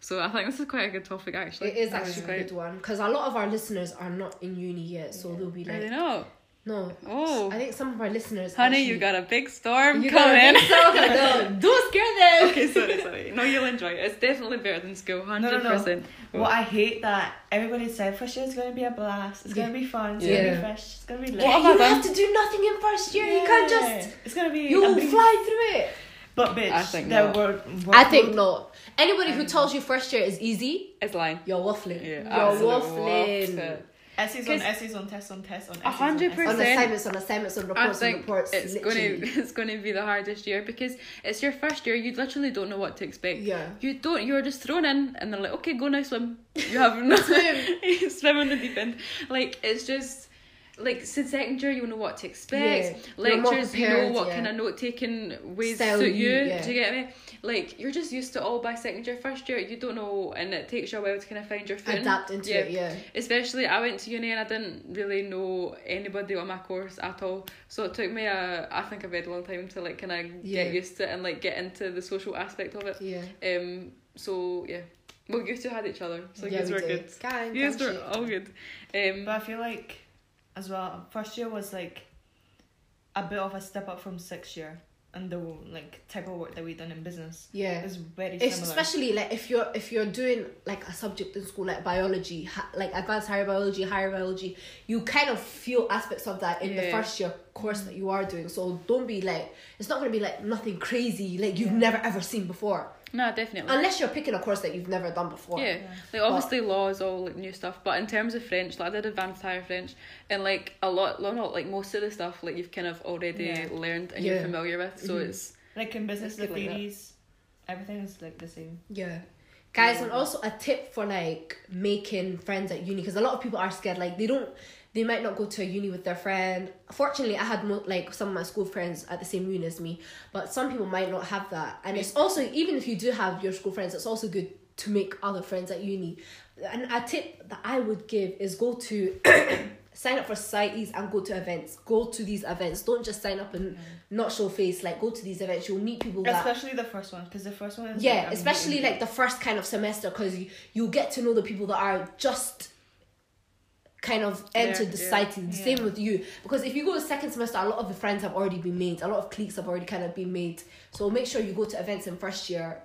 A: So I think this is quite a good topic actually.
B: It is
A: That was
B: actually a
A: quite-
B: good one because a lot of our listeners are not in uni yet, so they'll be
A: Are they
B: like,
A: not?
B: no.
A: Oh.
B: I think some of our listeners.
A: Honey,
B: actually-
A: you got a big storm
B: You got
A: coming.
B: it. So no, don't scare them.
A: okay, sorry, sorry. No, you'll enjoy it. It's definitely better than school, hundred percent.
C: Well, I hate that everybody said first year is gonna be a blast. It's gonna be fun. It's gonna
B: Yeah.
C: be fresh. It's gonna be lit.
A: What have I
B: you
A: done?
B: have to do nothing in first year. You can't just.
C: It's gonna be.
B: You
C: a
B: will
C: big-
B: fly through it.
C: But bitch,
A: I think
C: there
A: not.
C: were. were-
B: I think not. Anybody who tells you first year is easy,
A: It's lying.
B: you're waffling.
A: Yeah,
B: you're
A: absolute
B: waffling.
A: waffle.
C: Essays on
A: 'Cause-
C: essays on tests on tests on essays.
A: A hundred
C: on essays.
B: On
A: percent.
B: assignments, on assignments, on
A: I
B: reports, on
A: think
B: reports.
A: it's
B: literally.
A: gonna it's gonna be the hardest year because it's your first year. You literally don't know what to expect.
B: Yeah.
A: You don't. You're just thrown in, and they're like, "Okay, go now swim." You have no swim. swim in the deep end. Like it's just like since second year, you know what to expect.
B: Yeah. You're more
A: Lectures, you know
B: prepared,
A: what
B: yeah.
A: kind of note taking ways
B: Style
A: suit you.
B: you, yeah.
A: Do you get me? Like you're just used to all by second year, first year. You don't know, and it takes you a while to kind of find your footing.
B: Adapt into it, yeah.
A: Especially, I went to uni and I didn't really know anybody on my course at all. So it took me a, I think a very long time to like kind of
B: Yeah.
A: get used to it and like get into the social aspect of it.
B: Yeah.
A: Um. So yeah, well, you two had each other, so
B: yeah,
A: you
B: we
A: were
B: did.
A: good.
B: Gang,
A: You
B: gang
A: were
B: shit.
A: all good. Um.
C: But I feel like, as well, first year was like a bit of a step up from sixth year, and the like type of work that we done in business
B: Yeah.
C: is very
B: It's
C: similar.
B: especially like if you're if you're doing like a subject in school like biology ha- like advanced higher biology higher biology you kind of feel aspects of that in the
A: Yeah.
B: first year course that you are doing so don't be like it's not going to be like nothing crazy like you've never ever seen before
A: No, definitely.
B: unless you're picking a course that you've never done before
A: Yeah. Like obviously law is all like new stuff, but in terms of French, like I did advanced higher French and like a lot well, not like most of the stuff like you've kind of already
C: Yeah.
A: learned and
B: Yeah.
A: you're
B: Mm-hmm.
A: familiar with. So it's
C: like in business,
A: It's
C: the
A: good like that.
C: theories, everything is like the same.
B: Yeah. Guys, and also a tip for like making friends at uni because a lot of people are scared. Like they don't, they might not go to a uni with their friend. Fortunately, I had mo- like some of my school friends at the same uni as me, but some people might not have that. And it's also even if you do have your school friends, it's also good to make other friends at uni. And a tip that I would give is go to sign up for societies and go to events. Go to these events. Don't just sign up and not show face. Like go to these events. You'll meet people that
C: Especially the first one, because the first one is
B: yeah
C: like,
B: especially
C: amazing.
B: like the first kind of semester because you, you get to know the people that are just kind of entered the
A: yeah,
B: society the
C: yeah.
B: same with you because if you go to second semester a lot of the friends have already been made a lot of cliques have already kind of been made so make sure you go to events in first year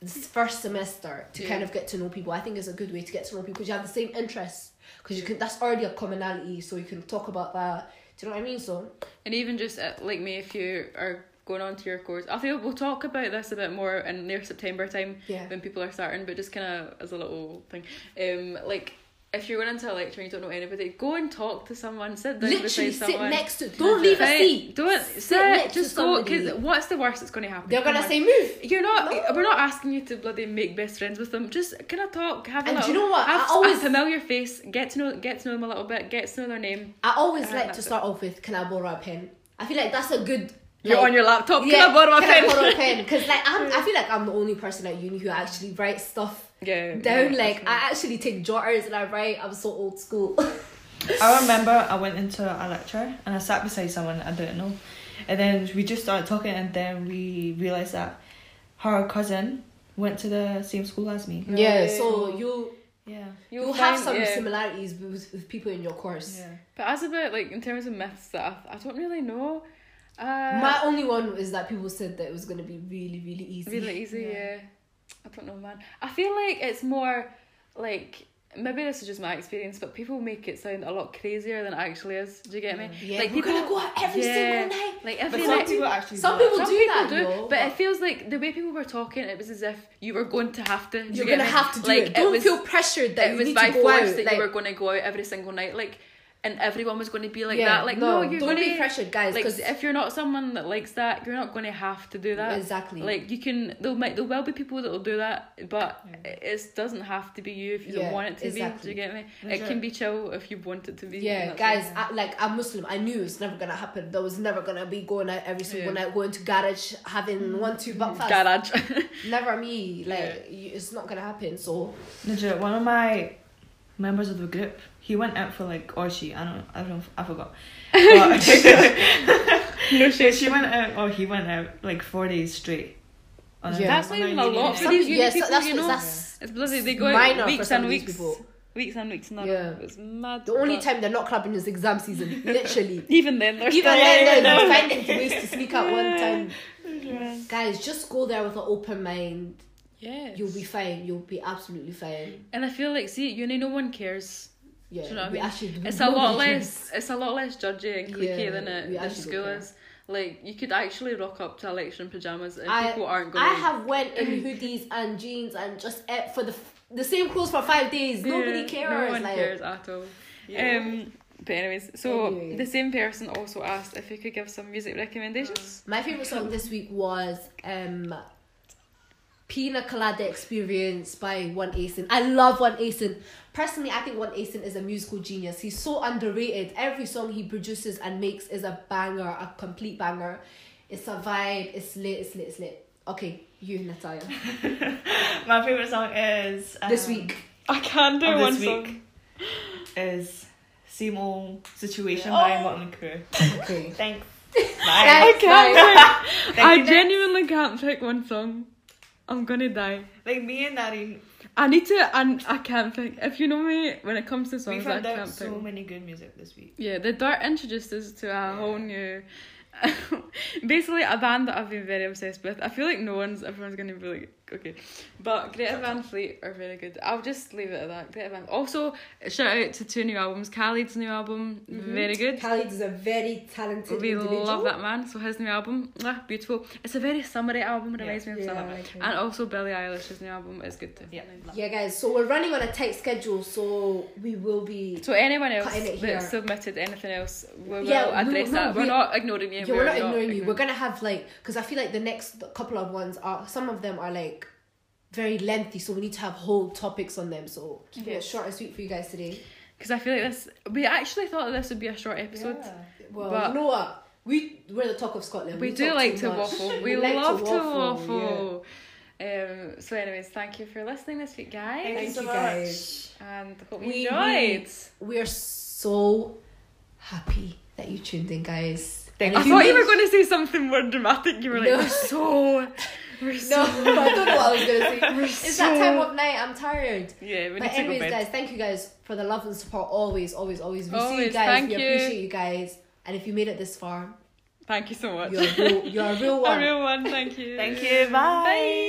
B: this first semester to kind
A: Yeah.
B: of get to know people i think is a good way to get to know people because you have the same interests because you can that's already a commonality so you can talk about that do you know what i mean so
A: and even just uh, like me if you are going on to your course i think we'll talk about this a bit more in near september time
B: Yeah.
A: when people are starting but just kind of as a little thing um like if you're going into a lecture and you don't know anybody, go and talk to someone. Sit down
B: Literally
A: beside
B: sit
A: someone.
B: next to. Don't leave a
A: Right,
B: seat.
A: Don't
B: Sit
A: sit.
B: next to
A: just go. Because
B: somebody.
A: what's the worst that's going to happen?
B: They're gonna
A: Come on.
B: say move.
A: You're not.
B: No.
A: We're not asking you to bloody make best friends with them. Just kind of talk, have
B: And
A: a little.
B: do you know what? I
A: Have
B: always-
A: a familiar face. Get to know. Get to know them a little bit. Get to know their name.
B: I always
A: Yeah,
B: like
A: that's
B: to
A: it.
B: start off with can I borrow a pen? I feel like that's a good.
A: You're
B: like-
A: on your laptop.
B: Yeah,
A: Can I borrow a pen?
B: Because like I'm, I feel like I'm the only person at uni who actually writes stuff
A: yeah.
B: down.
A: yeah,
B: like
A: that's
B: I actually take jotters and I write. I'm so old school.
C: I remember I went into a lecture and I sat beside someone I didn't know, and then we just started talking and then we realized that her cousin went to the same school as me.
B: yeah. So you
C: Yeah.
B: you have
A: find-
B: some
A: yeah.
B: similarities with, with people in your course.
C: Yeah.
A: But as about like in terms of myths that I, I don't really know. Uh,
B: My only one is that people said that it was gonna be really really easy.
A: really easy. Yeah. I don't know, man. I feel like it's more like maybe this is just my experience, but people make it sound a lot crazier than it actually is. Do you get me?
B: Yeah,
A: like
B: we're gonna go out every
A: yeah,
B: single night.
A: Like
C: But
A: every
C: some
A: night.
C: people actually
B: Some
C: do that.
B: people
A: Some
B: do
A: people
B: that,
A: do,
B: though,
A: but, it feels like the way people were talking, it was as if you were going to have to. do you
B: You're
A: get
B: gonna
A: me?
B: have to do
A: like,
B: it. Don't
A: was,
B: feel pressured that
A: it
B: you
A: was
B: need
A: by
B: to go
A: force
B: out.
A: that
B: like,
A: you were going to go out every single night, like, and everyone was going to be like
B: yeah,
A: that. Like, no, you're
B: don't
A: going
B: be pressured, guys.
A: like
B: Because
A: if you're not someone that likes that you're not going to have to do that
B: Exactly.
A: like you can there might there will be people that will do that but it doesn't have to be you if you
B: Yeah,
A: don't want it to be do
B: exactly.
A: you get me
C: That's
A: it
C: right.
A: can be chill if you want it to be and
B: yeah,
A: that's
B: guys,
A: it.
B: I, like I'm Muslim. I knew it's never gonna happen. There was never gonna be going out every single
A: Yeah. Mm.
B: night, going to garage, having one two breakfast.
A: garage
B: Never me. Like you, it's not gonna happen. So
C: Legit, one of my members of the group, he went out for like, or she, I don't, I don't, I forgot. But
A: no shit
C: she went out, or he went out like four days straight. On a-
B: Yeah.
A: that's
C: on
A: not even
C: a
A: a lot
C: union
A: for
B: Some-
C: night.
A: these uni
B: yeah, so
A: people
B: that's-
A: you know
B: that's
A: it's bloody they go out
B: minor for
A: weeks
B: some
A: and
B: of these
A: weeks
B: people.
A: weeks and weeks and a
B: Yeah.
A: row. it's mad
B: the only
A: but
B: time they're not clubbing is exam season. Literally.
A: even then they're
B: Even
A: still
B: then, they're finding ways to sneak out one time. Guys, just go there with an open mind.
A: yeah
B: You'll be fine. You'll be absolutely fine.
A: and I feel like see at uni no one cares
B: Yeah,
A: Do you know what I
B: we
A: mean?
B: actually- we
A: it's a
B: know
A: lot
B: the
A: less it's a lot less judgy and cliquey
B: Yeah,
A: than it
B: we
A: than
B: actually
A: school
B: don't care.
A: is. Like you could actually rock up to a lecture in pajamas and
B: I-
A: people aren't going.
B: I have went in hoodies and jeans and just ate for the f- the same clothes for five days. Nobody cares.
A: No one
B: like,
A: cares at all.
B: Yeah.
A: Um, but anyways, so
B: Anyway.
A: the same person also asked if you could give some music recommendations.
B: My favorite song this week was um, Pina Colada Experience by One Asin. I love One Asin. Personally, I think One Asin is a musical genius. He's so underrated. Every song he produces and makes is a banger, a complete banger. It's a vibe. It's lit. It's lit. It's lit. Okay, you Natalia.
C: My favorite song is um,
B: This week.
A: I can do
C: of
A: one
C: this
A: song.
C: week is same old situation
A: Yeah.
C: by
A: Oh.
C: Motley Crue.
B: Okay.
C: Thanks.
B: Guys,
C: Bye.
B: guys.
A: I
C: Thank you.
A: genuinely can't pick one song. I'm gonna die.
C: Like me and Nari,
A: I need to, and I can't pick. If you know me, when it comes to
C: we
A: songs, I
C: found
A: can't
C: out
A: pick.
C: so many good music this week.
A: Yeah, the Dart introduced us to a whole new, basically a band that I've been very obsessed with. I feel like no one's, everyone's gonna be like, okay, but Greta Van Fleet are very good. I'll just leave it at that. Greta Van. Also, shout out to two new albums. Khaled's new album, very good.
B: Khalid is a very talented
A: We
B: Mm-hmm. individual.
A: love that man. So his new album, ah, beautiful. It's a very summery album. It reminds me of
B: Yeah, I
A: summer.
B: like it.
A: and also Billie Eilish's new album is good too.
C: Yeah.
B: Yeah, guys. So we're running on a tight schedule, so we will be
A: So anyone else
B: Cutting it here.
A: that submitted anything else, we will
B: Yeah, no,
A: address
B: no,
A: that. We're
B: we-
A: not ignoring you.
B: Yeah, we're not ignoring you. We're gonna have like because I feel like the next th- couple of ones are some of them are like very lengthy, so we need to have whole topics on them. So keep it
A: Yes.
B: short and sweet for you guys today.
A: Because I feel like this, we actually thought that this would be a short episode.
B: Well,
A: But-
B: you know what? We we're the talk of Scotland.
A: We, do
B: talk
A: like
B: too
A: to
B: much.
A: waffle. We,
B: like
A: love to waffle.
B: yeah.
A: Um, so, anyways, thank you for listening this week, guys,
B: Thank
C: so
B: you
C: much.
B: guys.
A: and hope you
B: We-
A: enjoyed.
B: We are so happy that you tuned in, guys.
C: Thank
A: I
B: And if
A: thought you were
B: missed-
A: going to say something more dramatic. You were like,
B: No.
A: we're so, we're
B: No,
A: so.
B: I don't know what I was gonna say. It's that
A: so-
B: time of night. I'm tired.
A: Yeah, we need
B: But
A: to go
B: anyways,
A: bed.
B: guys, thank you guys for the love and support. Always, always, always. We see you
A: Always,
B: guys.
A: thank
B: we
A: you.
B: appreciate you guys. And if you made it this far,
A: Thank you so much.
B: you're a real, you're a real one.
A: a real one. Thank you.
C: Thank you. Bye.
A: Bye.